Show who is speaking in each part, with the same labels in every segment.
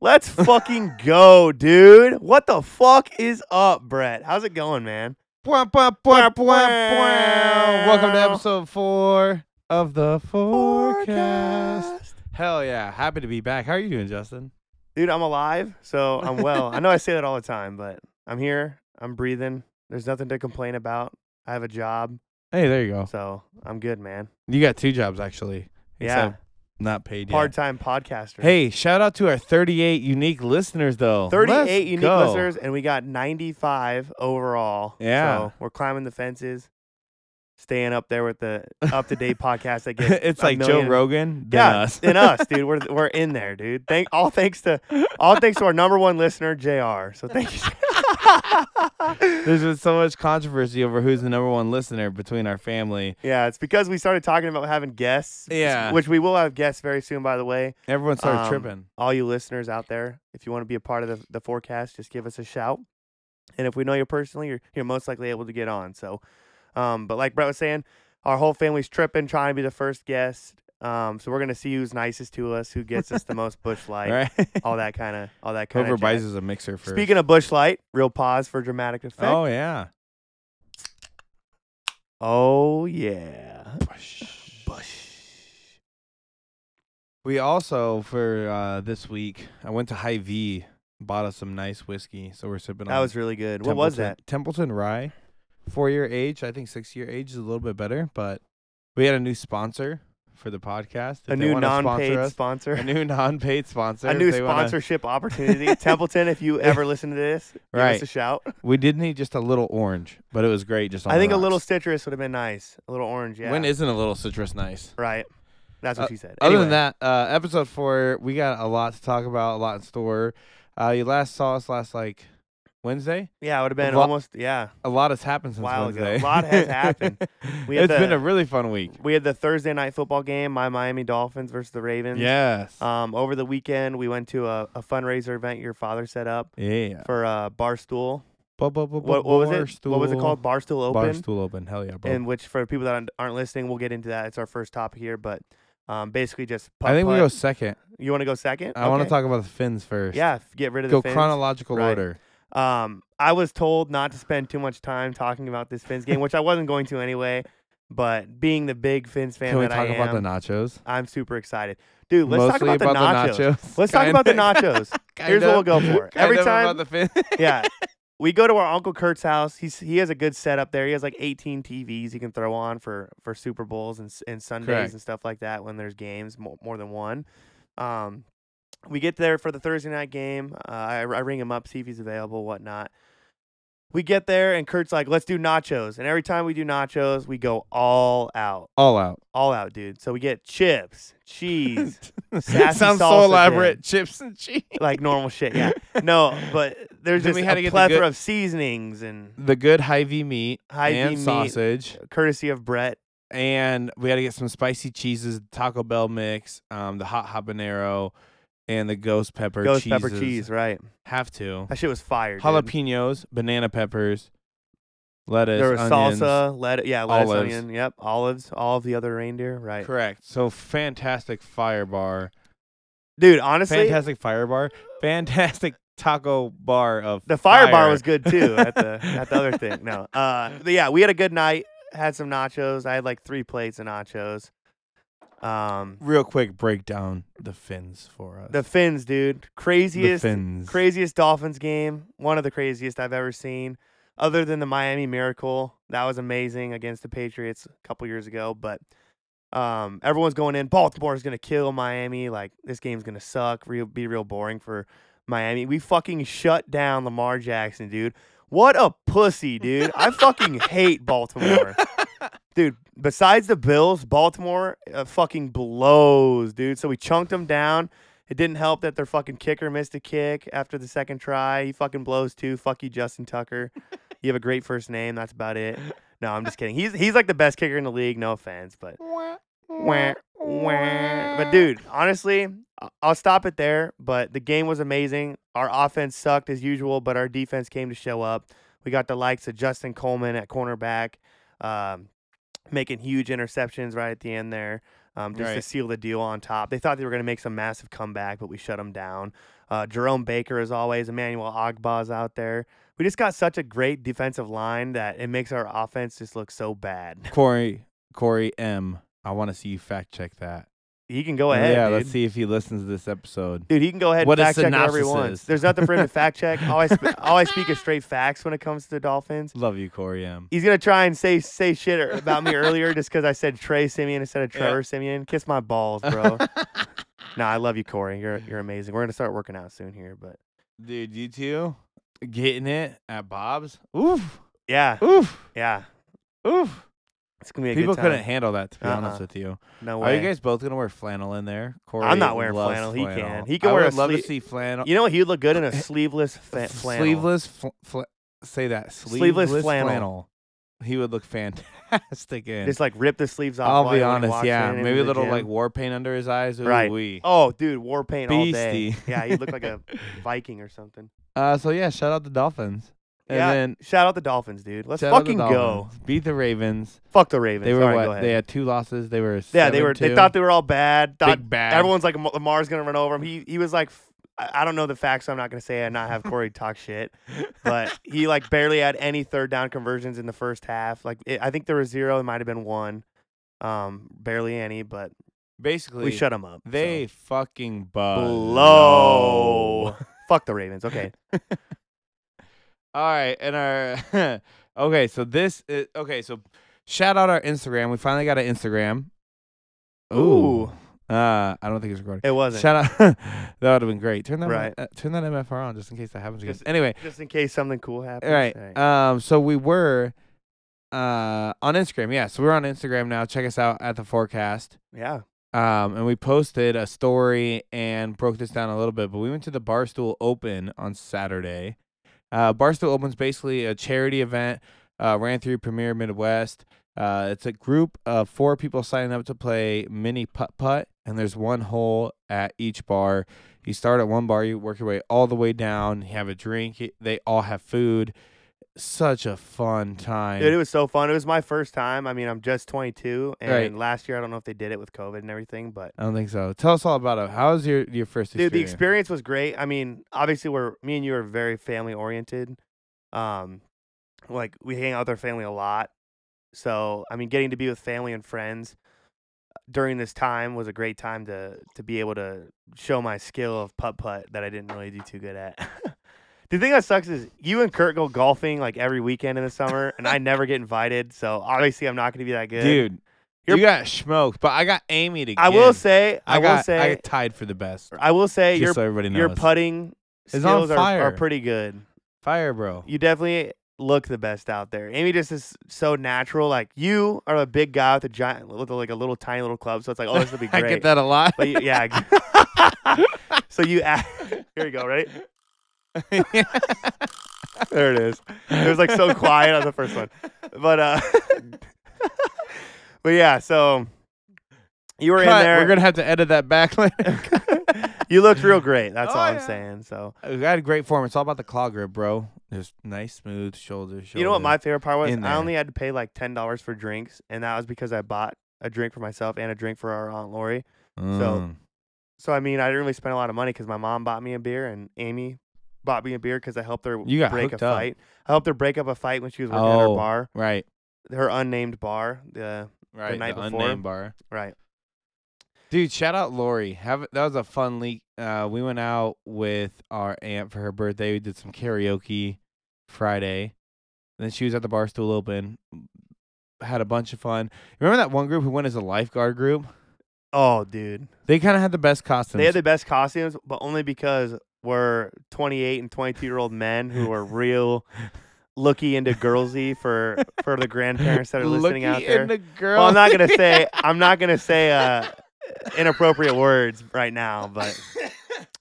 Speaker 1: Let's fucking go, dude. What the fuck is up, Brett? How's it going, man?
Speaker 2: Bwah, bwah, bwah, bwah, bwah. Welcome to episode four of the forecast. Hell yeah. Happy to be back. How are you doing, Justin?
Speaker 1: Dude, I'm alive, so I'm well. I know I say that all the time, but I'm here. I'm breathing. There's nothing to complain about. I have a job,
Speaker 2: Hey, there you go.
Speaker 1: so I'm good, man.
Speaker 2: You got two jobs, actually.
Speaker 1: Yeah.
Speaker 2: Except Not paid yet.
Speaker 1: Part-time podcaster.
Speaker 2: Hey, shout out to our 38 unique listeners, though.
Speaker 1: 38
Speaker 2: Let's
Speaker 1: unique
Speaker 2: go.
Speaker 1: listeners, and we got 95 overall.
Speaker 2: Yeah.
Speaker 1: So we're climbing the fences, staying up there with the up-to-date podcast that gets
Speaker 2: it's
Speaker 1: a
Speaker 2: like Joe
Speaker 1: million-
Speaker 2: Rogan, then
Speaker 1: yeah,
Speaker 2: us.
Speaker 1: than us, dude. We're we're in there, dude. Thank all thanks to all thanks to our number one listener, Jr. So thank you.
Speaker 2: There's been so much controversy over who's the number one listener between our family.
Speaker 1: yeah, it's because we started talking about having guests.
Speaker 2: Yeah.
Speaker 1: Which we will have guests very soon, by the way.
Speaker 2: Everyone started
Speaker 1: Um,
Speaker 2: tripping.
Speaker 1: All you listeners out there, if you want to be a part of the, the forecast, just give us a shout. And if we know you personally, you're you're most likely able to get on. So um, but like Brett was saying, our whole family's tripping, trying to be the first guest. Um, so we're gonna see who's nicest to us, who gets us the most bush light,
Speaker 2: Right?
Speaker 1: all that kind of all that kind
Speaker 2: Whoever
Speaker 1: of
Speaker 2: buys us a mixer first.
Speaker 1: Speaking of Bush Light, real pause for dramatic effect.
Speaker 2: oh, yeah.
Speaker 1: Oh, yeah. Bush.
Speaker 2: We also for uh, this week, I went to High V, bought us some nice whiskey, so we're sipping.
Speaker 1: That
Speaker 2: on
Speaker 1: was really good. What was that?
Speaker 2: Templeton- Templeton Rye, four year age. I think six year age is a little bit better, but we had a new sponsor for the podcast.
Speaker 1: A
Speaker 2: If they
Speaker 1: new
Speaker 2: wanna sponsor
Speaker 1: non-paid
Speaker 2: us-
Speaker 1: sponsor.
Speaker 2: a new non paid sponsor.
Speaker 1: A
Speaker 2: if
Speaker 1: new
Speaker 2: they wanna-
Speaker 1: sponsorship opportunity. Templeton, if you ever listen to this, give us
Speaker 2: Right.
Speaker 1: a shout.
Speaker 2: We did need just a little orange, but it was great. Just on
Speaker 1: I
Speaker 2: the
Speaker 1: think a little
Speaker 2: rocks.
Speaker 1: citrus would have been nice. A little orange, yeah.
Speaker 2: When isn't a little citrus nice?
Speaker 1: right. That's what
Speaker 2: Uh,
Speaker 1: she said.
Speaker 2: Other
Speaker 1: Anyway,
Speaker 2: than that, uh, episode four, we got a lot to talk about, a lot in store. Uh, you last saw us last like Wednesday.
Speaker 1: yeah, it would have been
Speaker 2: Lo-
Speaker 1: almost, yeah.
Speaker 2: A lot has happened since
Speaker 1: While ago.
Speaker 2: Wednesday.
Speaker 1: A lot has happened. We had
Speaker 2: It's been
Speaker 1: the-
Speaker 2: a really fun week.
Speaker 1: We had the Thursday night football game, my Miami Dolphins versus the Ravens.
Speaker 2: Yes.
Speaker 1: Um, over the weekend, we went to a, a fundraiser event your father set up
Speaker 2: yeah.
Speaker 1: for uh, Barstool.
Speaker 2: Ba- ba- ba- ba-
Speaker 1: what, what was it? What was it
Speaker 2: Barstool-
Speaker 1: called? Barstool Open.
Speaker 2: Barstool open. Hell yeah, bro.
Speaker 1: And which for people that aren't- aren't listening, we'll get into that. It's our first topic here, but um, basically just. Putt,
Speaker 2: I think we go
Speaker 1: putt.
Speaker 2: second.
Speaker 1: You want to go second?
Speaker 2: I want to
Speaker 1: Okay.
Speaker 2: talk about the fins first.
Speaker 1: Yeah, f- get rid of
Speaker 2: Go
Speaker 1: the fins.
Speaker 2: chronological
Speaker 1: Right.
Speaker 2: order.
Speaker 1: um, I was told not to spend too much time talking about this Finns game, which I wasn't going to anyway. But being the big Finns fan
Speaker 2: Can we
Speaker 1: that
Speaker 2: talk
Speaker 1: I
Speaker 2: about the
Speaker 1: am,
Speaker 2: nachos?
Speaker 1: I'm super excited, dude. Let's
Speaker 2: Mostly
Speaker 1: talk about, the nachos. Let's talk about the nachos.
Speaker 2: nachos.
Speaker 1: Here's what we'll go for. Every time-
Speaker 2: about the fins.
Speaker 1: yeah. We go to our Uncle Kurt's house. He's he has a good setup there. He has like 18 TVs he can throw on for for Super Bowls and s- and Sundays
Speaker 2: Correct.
Speaker 1: and stuff like that when there's games more, more than one. Um, we get there for the Thursday night game. Uh, I, I ring him up, see if he's available, whatnot. We get there and Kurt's like, "Let's do nachos." And every time we do nachos, we go all out,
Speaker 2: All out.
Speaker 1: all out, dude. So we get chips, cheese, Sassy
Speaker 2: Sounds so
Speaker 1: salsa
Speaker 2: elaborate. Chips and cheese.
Speaker 1: like normal shit. Yeah, no, but there's
Speaker 2: Then
Speaker 1: just
Speaker 2: we had
Speaker 1: a
Speaker 2: to get the
Speaker 1: plethora
Speaker 2: good-
Speaker 1: of seasonings and
Speaker 2: The good high V meat
Speaker 1: Hy-Vee
Speaker 2: and
Speaker 1: meat.
Speaker 2: sausage.
Speaker 1: courtesy of Brett.
Speaker 2: And we had to get some spicy cheeses, Taco Bell mix, um, the hot habanero, and the ghost pepper
Speaker 1: Ghost
Speaker 2: cheeses.
Speaker 1: pepper cheese, right?
Speaker 2: Have to.
Speaker 1: That shit was fire. dude.
Speaker 2: Jalapenos, banana peppers, lettuce,
Speaker 1: There was
Speaker 2: onions.
Speaker 1: salsa, let yeah, lettuce,
Speaker 2: olives.
Speaker 1: onion, yep, olives, all of the other reindeer, right?
Speaker 2: Correct. So fantastic fire bar.
Speaker 1: Dude, honestly,
Speaker 2: Fantastic fire bar. Fantastic taco bar of
Speaker 1: the fire, bar
Speaker 2: fire.
Speaker 1: was good too at the at the other thing. No, uh, but yeah, we had a good night. Had some nachos. I had like three plates of nachos. Um,
Speaker 2: real quick break down the fins for us.
Speaker 1: the fins, dude,
Speaker 2: the
Speaker 1: craziest,
Speaker 2: fins.
Speaker 1: craziest Dolphins game. One of the craziest I've ever seen, other than the Miami Miracle. That was amazing against the Patriots a couple years ago. But um, everyone's going in. Baltimore's going to kill Miami. Like, this game's going to suck, real, be real boring for Miami. We fucking shut down Lamar Jackson, dude. What a pussy, dude. I fucking hate Baltimore. Dude, besides the Bills, Baltimore uh, fucking blows, dude. So we chunked them down. It didn't help that their fucking kicker missed a kick after the second try. He fucking blows too. Fuck you, Justin Tucker. you have a great first name. That's about it. No, I'm just kidding. He's he's like the best kicker in the league. No offense, but Wah, wah. But dude, honestly, I- I'll stop it there. But the game was amazing. Our offense sucked as usual, but our defense came to show up. We got the likes of Justin Coleman at cornerback, um, making huge interceptions right at the end there. um, just to
Speaker 2: Right.
Speaker 1: seal the deal on top. They thought they were going to make some massive comeback, but we shut them down. Uh, Jerome Baker, as always, Emmanuel Ogba's out there. We just got such a great defensive line that it makes our offense just look so bad.
Speaker 2: Corey Corey M. I want to see you fact check that.
Speaker 1: He can go ahead.
Speaker 2: yeah,
Speaker 1: dude.
Speaker 2: let's see if he listens to this episode.
Speaker 1: Dude, he can go ahead
Speaker 2: What
Speaker 1: and
Speaker 2: a
Speaker 1: fact check whatever he
Speaker 2: synopsis
Speaker 1: wants.
Speaker 2: is.
Speaker 1: There's nothing for him to fact check. All I, sp- all I speak is straight facts when it comes to the Dolphins.
Speaker 2: Love you, Corey M.
Speaker 1: He's gonna try and say say shit er- about me earlier just because I said Trey Simeon instead of
Speaker 2: Yeah.
Speaker 1: Trevor Simeon. Kiss my balls, bro. nah, I love you, Corey. You're you're amazing. We're gonna start working out soon here, but
Speaker 2: Dude, you two getting it at Bob's? Oof,
Speaker 1: yeah,
Speaker 2: oof,
Speaker 1: yeah,
Speaker 2: oof.
Speaker 1: it's gonna be a
Speaker 2: People
Speaker 1: good time.
Speaker 2: couldn't handle that, to be honest
Speaker 1: Uh-uh.
Speaker 2: with you.
Speaker 1: No
Speaker 2: Are
Speaker 1: way.
Speaker 2: you guys both gonna wear flannel in there? Corey
Speaker 1: not wearing
Speaker 2: loves
Speaker 1: flannel. He can. He
Speaker 2: I
Speaker 1: can wear a
Speaker 2: would love to
Speaker 1: slee-
Speaker 2: see flannel.
Speaker 1: You know what? He'd look good in a sleeveless fa-
Speaker 2: f-
Speaker 1: flannel.
Speaker 2: Sleeveless. Fl- fl- say that.
Speaker 1: Sleeveless flannel.
Speaker 2: He would look fantastic in.
Speaker 1: Just like rip the sleeves off.
Speaker 2: I'll
Speaker 1: while
Speaker 2: be
Speaker 1: he
Speaker 2: honest.
Speaker 1: walks
Speaker 2: Yeah,
Speaker 1: in into
Speaker 2: maybe a
Speaker 1: the
Speaker 2: little
Speaker 1: gym.
Speaker 2: like war paint under his eyes. Ooh,
Speaker 1: Right.
Speaker 2: wee.
Speaker 1: Oh, dude, war paint all day.
Speaker 2: Beastie.
Speaker 1: Yeah, he looked like a Viking or something.
Speaker 2: Uh, so yeah, shout out the Dolphins. And
Speaker 1: yeah.
Speaker 2: then
Speaker 1: Shout out the Dolphins, dude. Let's
Speaker 2: shout out the
Speaker 1: fucking go.
Speaker 2: Dolphins. Beat the Ravens.
Speaker 1: Fuck the Ravens.
Speaker 2: They were
Speaker 1: All right,
Speaker 2: what?
Speaker 1: go ahead.
Speaker 2: They had two losses. They were
Speaker 1: Yeah, they were. They
Speaker 2: 7-2.
Speaker 1: thought they were all bad. Thought
Speaker 2: big bad.
Speaker 1: everyone's like "Ma- Lamar's gonna run over him. He he was like, f- I I don't know the facts, so I'm not gonna say and not have Corey talk shit. But he like barely had any third down conversions in the first half. Like it, I think there was zero. It might have been one. Um, barely any, but
Speaker 2: basically
Speaker 1: we shut him up. so.
Speaker 2: They fucking
Speaker 1: blow.
Speaker 2: blow.
Speaker 1: Fuck the Ravens. Okay,
Speaker 2: All right, and our okay. So this is okay. So shout out our Instagram. We finally got an Instagram.
Speaker 1: Ooh.
Speaker 2: Uh, I don't think it's recording.
Speaker 1: it wasn't.
Speaker 2: Shout out. that would have been great. Turn that
Speaker 1: Right.
Speaker 2: uh, turn that MFR on just in case that happens again.
Speaker 1: Just-
Speaker 2: Anyway,
Speaker 1: Just in case something cool happens.
Speaker 2: all right.
Speaker 1: All right.
Speaker 2: Um, so we were uh on Instagram. Yeah, so we're on Instagram now. Check us out at the forecast.
Speaker 1: yeah.
Speaker 2: Um, and we posted a story and broke this down a little bit, but we went to the Barstool Open on Saturday. Uh, Barstool Open's basically a charity event uh, ran through Premier Midwest. Uh, it's a group of four people signing up to play mini putt putt, and there's one hole at each bar. You start at one bar, you work your way all the way down, you have a drink, y- they all have food. Such a fun time.
Speaker 1: Dude, it was so fun. It was my first time. I mean, I'm just 22, and
Speaker 2: Right.
Speaker 1: last year I don't know if they did it with COVID and everything, but
Speaker 2: I don't think so. Tell us all about it. How was your, your first
Speaker 1: Dude,
Speaker 2: experience?
Speaker 1: the experience was great. I mean, obviously, we're me and you are very family oriented. Um, like we hang out with our family a lot. So I mean, getting to be with family and friends uh, during this time was a great time to to be able to show my skill of putt putt that I didn't really do too good at. the thing that sucks is you and Kurt go golfing like every weekend in the summer, and I never get invited. So obviously, I'm not going to be that good.
Speaker 2: Dude,
Speaker 1: You're-
Speaker 2: you got smoked, but I got Amy to.
Speaker 1: I will say, I,
Speaker 2: got,
Speaker 1: will say,
Speaker 2: I got tied for the best.
Speaker 1: I will say,
Speaker 2: just
Speaker 1: your
Speaker 2: so everybody knows,
Speaker 1: your putting
Speaker 2: It's on
Speaker 1: skills are, are
Speaker 2: fire.
Speaker 1: pretty good.
Speaker 2: fire, bro.
Speaker 1: You definitely look the best out there. Amy just is so natural. Like you are a big guy with a giant, with like a little tiny little club. So it's like, oh, this will be
Speaker 2: I
Speaker 1: great.
Speaker 2: get that a lot.
Speaker 1: But you, yeah. ex- so you add, here you go. Ready? There it is. It was like so quiet on the first one, but uh, but yeah. So you were
Speaker 2: Cut.
Speaker 1: in there.
Speaker 2: We're gonna have to edit that back later.
Speaker 1: you looked real great. That's
Speaker 2: Oh,
Speaker 1: all I'm
Speaker 2: yeah.
Speaker 1: saying. So
Speaker 2: we got a great form. It's all about the claw grip, bro. Just nice, smooth shoulder. shoulder.
Speaker 1: You know what my favorite part was?
Speaker 2: in
Speaker 1: I
Speaker 2: there.
Speaker 1: only had to pay like ten dollars for drinks, and that was because I bought a drink for myself and a drink for our aunt Lori.
Speaker 2: Mm.
Speaker 1: So I mean, I didn't really spend a lot of money because my mom bought me a beer and Amy bought me a beer because I helped her
Speaker 2: You got
Speaker 1: break a
Speaker 2: hooked up.
Speaker 1: fight. I helped her break up a fight when she was working at her
Speaker 2: Oh.
Speaker 1: bar,
Speaker 2: right,
Speaker 1: her unnamed bar. The
Speaker 2: right.
Speaker 1: night before.
Speaker 2: unnamed bar,
Speaker 1: right,
Speaker 2: dude. Shout out Lori. Have that was a fun leak. Uh, we went out with our aunt for her birthday. We did some karaoke Friday. Then she was at the Barstool Open. Had a bunch of fun. Remember that one group who went as a lifeguard group?
Speaker 1: oh dude,
Speaker 2: They kind of had the best costumes.
Speaker 1: they had the best costumes, but only because we're 28 and 22 year old men who are real looky into girlsy for for the grandparents that are listening
Speaker 2: Looky
Speaker 1: out there.
Speaker 2: in the girl.
Speaker 1: Well, I'm not gonna say I'm not gonna say uh, inappropriate words right now, but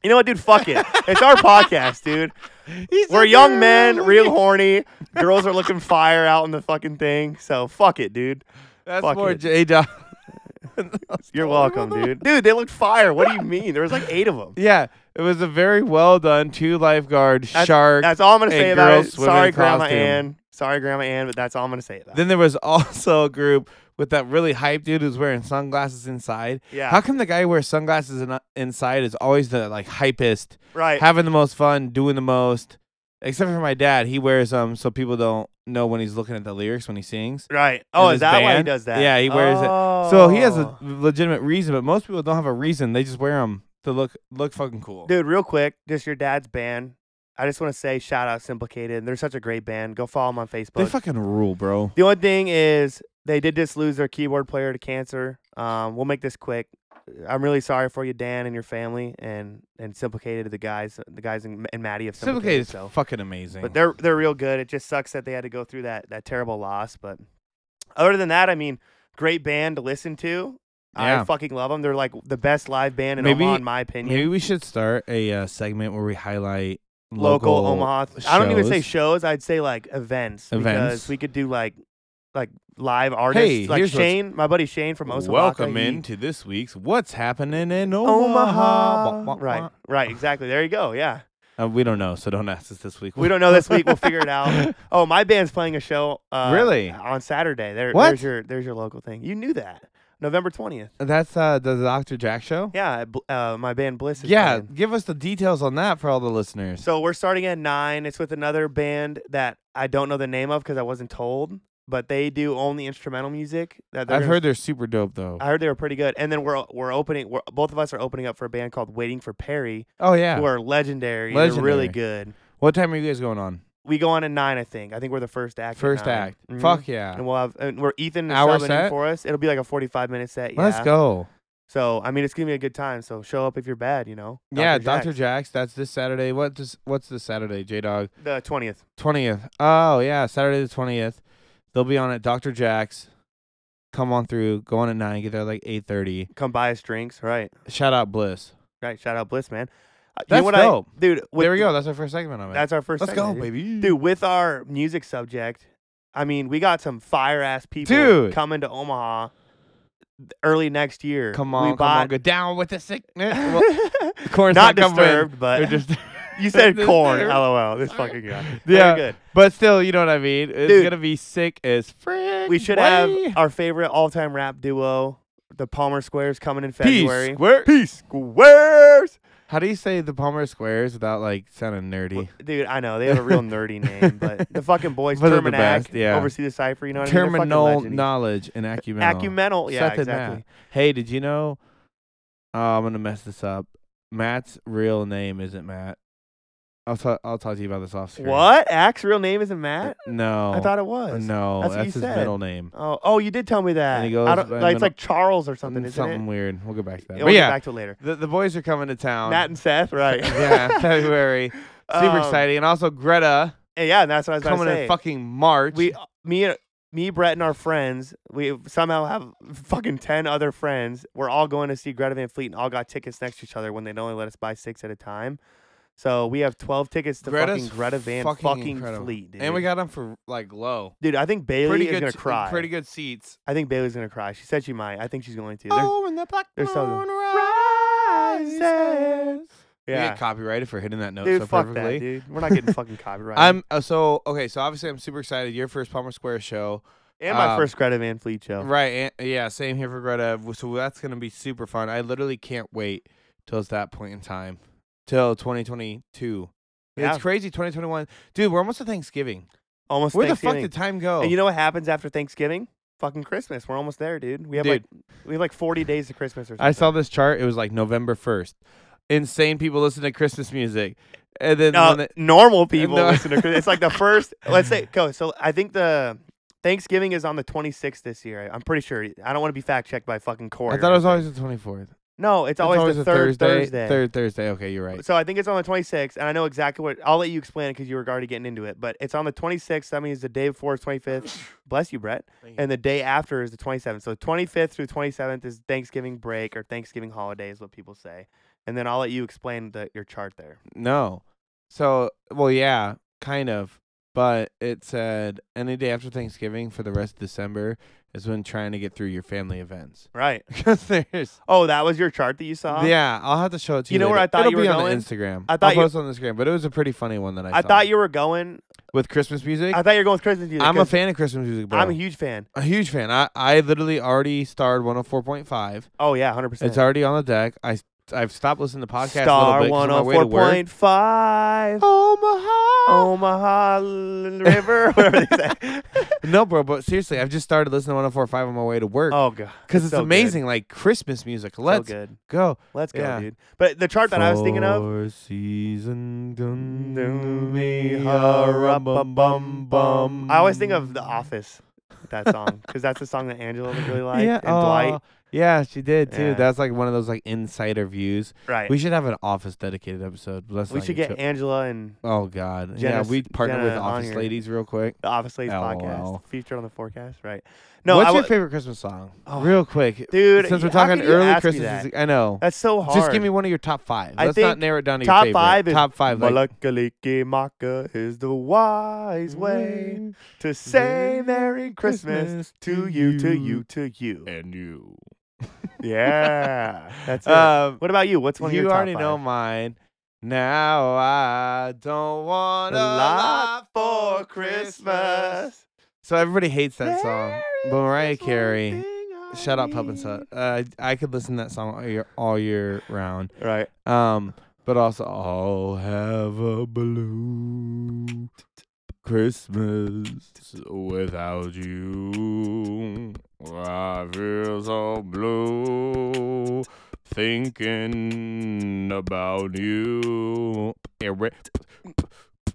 Speaker 1: you know what, dude? Fuck it. It's our podcast, dude.
Speaker 2: He's
Speaker 1: We're
Speaker 2: a
Speaker 1: young
Speaker 2: girl.
Speaker 1: men, real horny. Girls are looking fire out in the fucking thing. So fuck it, dude.
Speaker 2: That's
Speaker 1: fuck
Speaker 2: more
Speaker 1: it.
Speaker 2: J Dog.
Speaker 1: You're welcome, dude. Dude, they looked fire. What do you mean? There was like eight of them.
Speaker 2: Yeah, it was a very well done two lifeguard shark.
Speaker 1: That's all I'm gonna
Speaker 2: and
Speaker 1: say about it.
Speaker 2: girls swimming
Speaker 1: Sorry,
Speaker 2: in
Speaker 1: Grandma
Speaker 2: costume.
Speaker 1: Ann. Sorry, Grandma Ann, but that's all I'm gonna say about it.
Speaker 2: then there was also a group with that really hype dude who's wearing sunglasses inside.
Speaker 1: Yeah.
Speaker 2: How come the guy who wears sunglasses in, uh, inside is always the like hypest,
Speaker 1: right.
Speaker 2: having the most fun, doing the most? Except for my dad, he wears them so people don't know when he's looking at the lyrics when he sings.
Speaker 1: right. Oh,
Speaker 2: in
Speaker 1: is
Speaker 2: his
Speaker 1: that why he
Speaker 2: band.
Speaker 1: does that?
Speaker 2: Yeah, he wears it.
Speaker 1: oh.
Speaker 2: So he has a legitimate reason, but most people don't have a reason. They just wear them to look look fucking cool.
Speaker 1: Dude, real quick, just your dad's band. I just want to say shout out Simplicated. They're such a great band. Go follow them on
Speaker 2: they
Speaker 1: Facebook.
Speaker 2: fucking rule, bro.
Speaker 1: the only thing is they did just lose their keyboard player to cancer. Um, we'll make this quick. I'm really sorry for you, Dan, and your family, and and Simplicated the guys, the guys and, and Maddie of
Speaker 2: Simplicated
Speaker 1: Simplicated.
Speaker 2: is
Speaker 1: So,
Speaker 2: fucking amazing.
Speaker 1: but they're they're real good. It just sucks that they had to go through that that terrible loss. But other than that, I mean, great band to listen to. I
Speaker 2: Yeah.
Speaker 1: fucking love them. They're like the best live band in
Speaker 2: Maybe-
Speaker 1: Omaha, in my opinion.
Speaker 2: Maybe we should start a uh, segment where we highlight
Speaker 1: local, Omaha. I don't even say
Speaker 2: shows.
Speaker 1: shows. I'd say like events, because
Speaker 2: Events.
Speaker 1: we could do like like live artists.
Speaker 2: Hey,
Speaker 1: like
Speaker 2: here's what's-
Speaker 1: Shane, my buddy Shane from Osaka.
Speaker 2: Welcome
Speaker 1: he-
Speaker 2: in to this week's What's Happening in Omaha.
Speaker 1: Omaha.
Speaker 2: Wah, wah,
Speaker 1: Right, right, exactly. There you go. Yeah,
Speaker 2: wah. Uh, we don't know, so don't ask us this week.
Speaker 1: we don't know this week. We'll figure it out. Oh, my band's playing a show. Uh,
Speaker 2: Really?
Speaker 1: On Saturday. There,
Speaker 2: What?
Speaker 1: there's your there's your local thing. You knew that. November twentieth.
Speaker 2: That's uh, the Dr. Jack show?
Speaker 1: Yeah, at Bl- uh, my band Bliss. Is
Speaker 2: Yeah,
Speaker 1: playing.
Speaker 2: give us the details on that for all the listeners.
Speaker 1: So we're starting at nine. It's with another band that I don't know the name of because I wasn't told, but they do only instrumental music. That they're
Speaker 2: I've
Speaker 1: gonna
Speaker 2: heard they're super dope, though.
Speaker 1: I heard they were pretty good. And then we're we're opening. We're, both of us are opening up for a band called Waiting for Perry,
Speaker 2: oh, yeah.
Speaker 1: who are legendary. They're really
Speaker 2: Legendary.
Speaker 1: good.
Speaker 2: What time are you guys going on?
Speaker 1: We go on at nine, I think. I think we're the first act. at
Speaker 2: First
Speaker 1: nine.
Speaker 2: act.
Speaker 1: Mhm.
Speaker 2: Fuck yeah.
Speaker 1: And we'll have and we're Ethan is
Speaker 2: Hour
Speaker 1: subbing in
Speaker 2: set?
Speaker 1: for us. It'll be like a forty-five minute set.
Speaker 2: Let's
Speaker 1: yeah.
Speaker 2: go.
Speaker 1: So I mean, it's gonna be a good time. So show up if you're bad. You know.
Speaker 2: yeah,
Speaker 1: Jack,
Speaker 2: Dr. Jack's. That's this Saturday. What does, what's this Saturday, J Dog?
Speaker 1: The twentieth.
Speaker 2: 20th. Oh, yeah, Saturday the 20th. They'll be on at Dr. Jack's. Come on through. Go on at 9. Get there like 8.30.
Speaker 1: Come buy us drinks. Right.
Speaker 2: Shout out Bliss.
Speaker 1: Right. Shout out Bliss, man. Uh, you know
Speaker 2: That's
Speaker 1: what
Speaker 2: dope.
Speaker 1: I, dude. with-
Speaker 2: there we go. That's our first segment of it.
Speaker 1: That's our first.
Speaker 2: Let's
Speaker 1: segment,
Speaker 2: go,
Speaker 1: dude.
Speaker 2: baby.
Speaker 1: dude with our music subject i mean we got some fire ass people
Speaker 2: Dude.
Speaker 1: coming to omaha th- early next year
Speaker 2: Come on,
Speaker 1: we
Speaker 2: come on.
Speaker 1: bought
Speaker 2: Go down with the sickness. Well, of course,
Speaker 1: not
Speaker 2: coming.
Speaker 1: disturbed
Speaker 2: They're
Speaker 1: but
Speaker 2: just-
Speaker 1: you said
Speaker 2: they're
Speaker 1: corn
Speaker 2: disturbed.
Speaker 1: lol this
Speaker 2: Sorry.
Speaker 1: fucking guy Very
Speaker 2: Yeah.
Speaker 1: good
Speaker 2: But still, you know what I mean. It's
Speaker 1: Dude.
Speaker 2: gonna be sick as frick.
Speaker 1: we should
Speaker 2: boy.
Speaker 1: have our favorite all-time rap duo the palmer squares coming in february
Speaker 2: Peace. Where?
Speaker 1: peace squares
Speaker 2: How do you say the Palmer Squares without like sounding nerdy?
Speaker 1: Dude, I know they have a real nerdy name, but the fucking boys,
Speaker 2: But they're the
Speaker 1: Terminac,
Speaker 2: best, yeah.
Speaker 1: oversee the cipher. You know what I
Speaker 2: Terminal
Speaker 1: mean? They're fucking
Speaker 2: knowledge and acumenal.
Speaker 1: legends. Acumenal, yeah,
Speaker 2: Something that.
Speaker 1: exactly.
Speaker 2: Oh, Hey, did you know? Oh, I'm gonna mess this up. Matt's real name isn't Matt. I'll talk. I'll talk to you about this off screen. Uh,
Speaker 1: What? Ack's real name isn't Matt?
Speaker 2: No.
Speaker 1: I thought it was.
Speaker 2: No,
Speaker 1: That's
Speaker 2: that's,
Speaker 1: what you
Speaker 2: his
Speaker 1: said.
Speaker 2: middle name.
Speaker 1: Oh, oh, you did tell me that.
Speaker 2: And he goes
Speaker 1: I don't,
Speaker 2: by
Speaker 1: like, it's
Speaker 2: middle-
Speaker 1: like Charles or something, isn't
Speaker 2: something
Speaker 1: it?
Speaker 2: weird. We'll get back to
Speaker 1: Yeah,
Speaker 2: that.
Speaker 1: we'll
Speaker 2: but
Speaker 1: get
Speaker 2: yeah,
Speaker 1: back to it later.
Speaker 2: the, the boys are coming to town.
Speaker 1: Matt and Seth, right?
Speaker 2: yeah, February. Super
Speaker 1: Um,
Speaker 2: exciting. And also Greta
Speaker 1: and yeah, and that's what I was about
Speaker 2: coming
Speaker 1: to say.
Speaker 2: in fucking March.
Speaker 1: we, uh, me, and me, Brett, and our friends, we somehow have fucking ten other friends. We're all going to see Greta Van Fleet, and all got tickets next to each other when they'd only let us buy six at a time. So we have twelve tickets to
Speaker 2: Greta's
Speaker 1: fucking Greta Van
Speaker 2: fucking incredible.
Speaker 1: Fleet, dude.
Speaker 2: and we got them for like low.
Speaker 1: dude. I think Bailey
Speaker 2: pretty
Speaker 1: is
Speaker 2: good.
Speaker 1: gonna
Speaker 2: s-
Speaker 1: cry.
Speaker 2: Pretty good seats.
Speaker 1: I think Bailey's gonna cry. She said she might. I think she's going to. They're-
Speaker 2: oh, and the black
Speaker 1: there's something.
Speaker 2: moon rises. We
Speaker 1: yeah.
Speaker 2: get copyrighted for hitting that note
Speaker 1: Dude,
Speaker 2: so
Speaker 1: fuck that,
Speaker 2: perfectly.
Speaker 1: dude. We're not getting fucking copyrighted.
Speaker 2: I'm uh, so okay. So obviously, I'm super excited. Your first Palmer Square show.
Speaker 1: and my
Speaker 2: um,
Speaker 1: first Greta Van Fleet show.
Speaker 2: Right. And, yeah. Same here for Greta. W- So that's gonna be super fun. I literally can't wait till it's that point in time, till 2022.
Speaker 1: Yeah.
Speaker 2: It's crazy. 2021, dude. We're almost to Thanksgiving.
Speaker 1: Almost
Speaker 2: Where the fuck
Speaker 1: Thanksgiving.
Speaker 2: did time go?
Speaker 1: And you know what happens after Thanksgiving? Fucking Christmas. We're almost there, dude. We have
Speaker 2: Dude.
Speaker 1: like we have like 40 days to Christmas or something.
Speaker 2: I saw this chart. It was like November 1st. Insane people listen to Christmas music, and then
Speaker 1: Uh,
Speaker 2: when it-
Speaker 1: normal people
Speaker 2: No.
Speaker 1: listen to Christmas. It's like the first. Let's say go. So I think the Thanksgiving is on the 26th this year. I'm pretty sure. I don't want to be fact checked by fucking court.
Speaker 2: I
Speaker 1: or
Speaker 2: thought it was
Speaker 1: anything.
Speaker 2: always the 24th.
Speaker 1: No, it's always, the
Speaker 2: a
Speaker 1: third
Speaker 2: Thursday.
Speaker 1: Thursday.
Speaker 2: Third Thursday. Okay, you're right.
Speaker 1: So I think it's on the 26th, and I know exactly what. I'll let you explain it because you were already getting into it. But it's on the 26th. That means the day before is 25th. Bless you, Brett.
Speaker 2: Thank you.
Speaker 1: And the day after is the 27th. So 25th through 27th is Thanksgiving break or Thanksgiving holiday is what people say. And then I'll let you explain the, your chart there.
Speaker 2: No. So, well, yeah, kind of. But it said any day after Thanksgiving for the rest of December is when trying to get through your family events.
Speaker 1: Right.
Speaker 2: Because there's.
Speaker 1: Oh, that was your chart that you saw.
Speaker 2: Yeah, I'll have to show it to you.
Speaker 1: You know where
Speaker 2: later.
Speaker 1: I thought
Speaker 2: It'll
Speaker 1: you were
Speaker 2: be on
Speaker 1: going?
Speaker 2: the Instagram.
Speaker 1: I thought you-
Speaker 2: I'll post on Instagram, but it was a pretty funny one that I,
Speaker 1: I
Speaker 2: saw.
Speaker 1: thought you were going
Speaker 2: with Christmas music.
Speaker 1: I thought you were going with Christmas music.
Speaker 2: I'm a
Speaker 1: 'cause
Speaker 2: fan of Christmas music, bro.
Speaker 1: I'm a huge fan.
Speaker 2: a huge fan. I, I literally already starred 104.5.
Speaker 1: Oh yeah, hundred percent.
Speaker 2: It's already on the deck. I I've stopped listening to podcasts
Speaker 1: Star
Speaker 2: a little bit 'cause
Speaker 1: one oh
Speaker 2: I'm
Speaker 1: hundred
Speaker 2: on my way to
Speaker 1: four
Speaker 2: work.
Speaker 1: point five.
Speaker 2: Omaha.
Speaker 1: Omaha l- River. whatever they say.
Speaker 2: No, bro, but seriously, I've just started listening to 104.5 on my way to work
Speaker 1: oh god,
Speaker 2: because it's
Speaker 1: so good.
Speaker 2: amazing, like Christmas music.
Speaker 1: so
Speaker 2: Let's
Speaker 1: good.
Speaker 2: go.
Speaker 1: Let's go,
Speaker 2: Yeah.
Speaker 1: dude. But the chart that I was thinking of. Mm-hmm.
Speaker 2: Four season dun- dun- me, harum, bum, bum, bum.
Speaker 1: I always think of The Office, with that song, because that's the song that Angela really liked
Speaker 2: yeah,
Speaker 1: and Dwight.
Speaker 2: aw. Yeah, she did too.
Speaker 1: Yeah.
Speaker 2: That's like one of those like insider views.
Speaker 1: Right.
Speaker 2: We
Speaker 1: We,
Speaker 2: should have an office dedicated episode. Let's not
Speaker 1: should
Speaker 2: get
Speaker 1: get
Speaker 2: tri-
Speaker 1: Angela and
Speaker 2: Oh God. yeah,
Speaker 1: Jenna's-
Speaker 2: we partner with
Speaker 1: Jenna on
Speaker 2: office
Speaker 1: here.
Speaker 2: ladies real quick.
Speaker 1: the Office Ladies
Speaker 2: LOL.
Speaker 1: podcast featured on the forecast. Right. No,
Speaker 2: What's
Speaker 1: I
Speaker 2: your
Speaker 1: wa-
Speaker 2: favorite Christmas song?
Speaker 1: Oh,
Speaker 2: real quick.
Speaker 1: dude.
Speaker 2: Since we're
Speaker 1: you- how
Speaker 2: talking
Speaker 1: could you
Speaker 2: early
Speaker 1: ask me
Speaker 2: Christmas
Speaker 1: that?
Speaker 2: music, I know.
Speaker 1: that's so hard.
Speaker 2: Just give me one of your top five.
Speaker 1: I
Speaker 2: Let's not
Speaker 1: think
Speaker 2: narrow it down to
Speaker 1: top
Speaker 2: your favorite.
Speaker 1: five is
Speaker 2: top five. Like,
Speaker 1: Malakaliki Maka is the wise way
Speaker 2: Mm-hmm.
Speaker 1: to say Merry Christmas to you, to you, to you.
Speaker 2: and you.
Speaker 1: Yeah, that's it.
Speaker 2: Um,
Speaker 1: what about you? What's one of your
Speaker 2: you
Speaker 1: top
Speaker 2: already
Speaker 1: five?
Speaker 2: know mine. Now I don't want a lot for Christmas. So everybody hates that song. But Mariah Carey, shout out Pup and Sut. Uh, I could listen to that song all year, all year round.
Speaker 1: Right.
Speaker 2: Um, but also, I'll have a blue Christmas without you. I feel so blue thinking about you. You're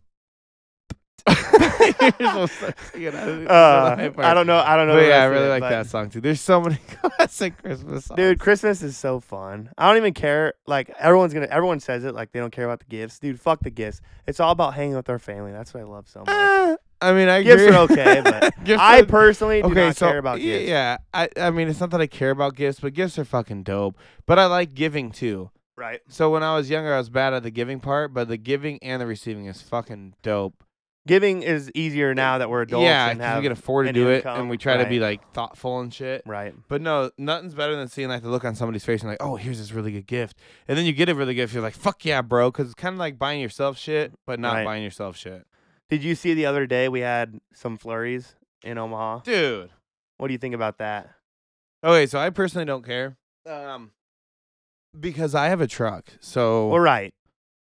Speaker 2: so sexy and I didn't know
Speaker 1: Uh,
Speaker 2: that part.
Speaker 1: I don't know. I don't know.
Speaker 2: But
Speaker 1: the
Speaker 2: yeah,
Speaker 1: rest
Speaker 2: I
Speaker 1: of
Speaker 2: really
Speaker 1: it,
Speaker 2: like
Speaker 1: but-
Speaker 2: that song too. There's so many classic Christmas songs.
Speaker 1: Dude, Christmas is so fun. I don't even care. Like everyone's gonna, everyone says it. Like they don't care about the gifts. Dude, fuck the gifts. It's all about hanging with our family. That's what I love so much.
Speaker 2: Ah, I mean, I
Speaker 1: Gifts
Speaker 2: agree.
Speaker 1: are okay, but
Speaker 2: Gifts
Speaker 1: I
Speaker 2: are-
Speaker 1: personally do
Speaker 2: okay,
Speaker 1: not
Speaker 2: so
Speaker 1: care about
Speaker 2: y-
Speaker 1: gifts.
Speaker 2: yeah, I I mean, it's not that I care about gifts, but gifts are fucking dope. But I like giving too.
Speaker 1: Right.
Speaker 2: So when I was younger, I was bad at the giving part, but the giving and the receiving is fucking dope.
Speaker 1: Giving is easier now that we're adults.
Speaker 2: yeah,
Speaker 1: and
Speaker 2: because
Speaker 1: have,
Speaker 2: we can afford to
Speaker 1: an
Speaker 2: do it,
Speaker 1: income,
Speaker 2: and we try to
Speaker 1: right.
Speaker 2: be like thoughtful and shit.
Speaker 1: right.
Speaker 2: But no, nothing's better than seeing like the look on somebody's face and like, oh, here's this really good gift, and then you get a really good gift. You're like, fuck yeah, bro, because it's kind of like buying yourself shit, but not
Speaker 1: Right.
Speaker 2: buying yourself shit,
Speaker 1: Did you see the other day we had some flurries in Omaha?
Speaker 2: dude.
Speaker 1: What do you think about that?
Speaker 2: Okay, so I personally don't care, um, because I have a truck, so
Speaker 1: Well, right.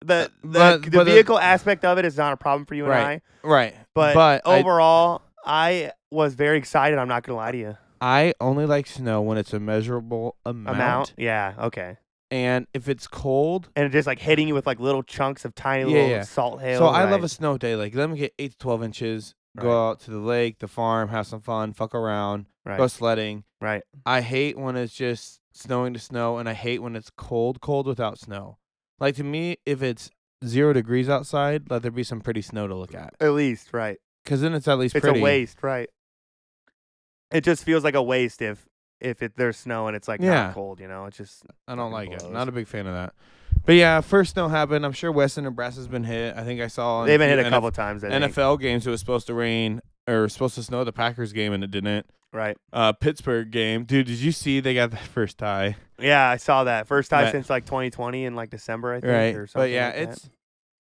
Speaker 1: The the,
Speaker 2: Oh. Uh, but-
Speaker 1: the
Speaker 2: but the-
Speaker 1: vehicle aspect of it is not a problem for you and
Speaker 2: Right.
Speaker 1: I.
Speaker 2: right.
Speaker 1: But,
Speaker 2: but I-
Speaker 1: overall, I, was very excited. I'm not gonna lie to you.
Speaker 2: I, only like snow when it's a measurable amount,
Speaker 1: Amount. Yeah. Okay.
Speaker 2: and if it's cold.
Speaker 1: And it's just like hitting you with like little chunks of tiny
Speaker 2: Yeah,
Speaker 1: little
Speaker 2: yeah.
Speaker 1: salt hail.
Speaker 2: So I love
Speaker 1: right.
Speaker 2: a snow day. Like let me get eight to twelve inches.
Speaker 1: Right.
Speaker 2: Go out to the lake, the farm, have some fun, fuck around,
Speaker 1: Right.
Speaker 2: go sledding.
Speaker 1: right.
Speaker 2: I hate when it's just snowing to snow, and I hate when it's cold, cold without snow. Like to me, if it's zero degrees outside, let there be some pretty snow to look at,
Speaker 1: At least right.
Speaker 2: because then it's at least
Speaker 1: It's
Speaker 2: pretty.
Speaker 1: a waste, right? It just feels like a waste if if it, there's snow and it's like
Speaker 2: Yeah.
Speaker 1: not cold. You know, it's just
Speaker 2: I don't like it.
Speaker 1: blows.
Speaker 2: Not a big fan of that. But yeah, first snow happened. I'm sure Western Nebraska's been hit. I think I saw on
Speaker 1: they've been hit a
Speaker 2: few
Speaker 1: couple times. I
Speaker 2: NF-
Speaker 1: think.
Speaker 2: NFL games. It was supposed to rain or supposed to snow. The Packers game and it didn't.
Speaker 1: Right.
Speaker 2: Uh, Pittsburgh game, dude. Did you see they got the first tie?
Speaker 1: Yeah, I saw that first time
Speaker 2: That-
Speaker 1: since like 2020 in like December, I think,
Speaker 2: right
Speaker 1: or something.
Speaker 2: but yeah
Speaker 1: like that.
Speaker 2: it's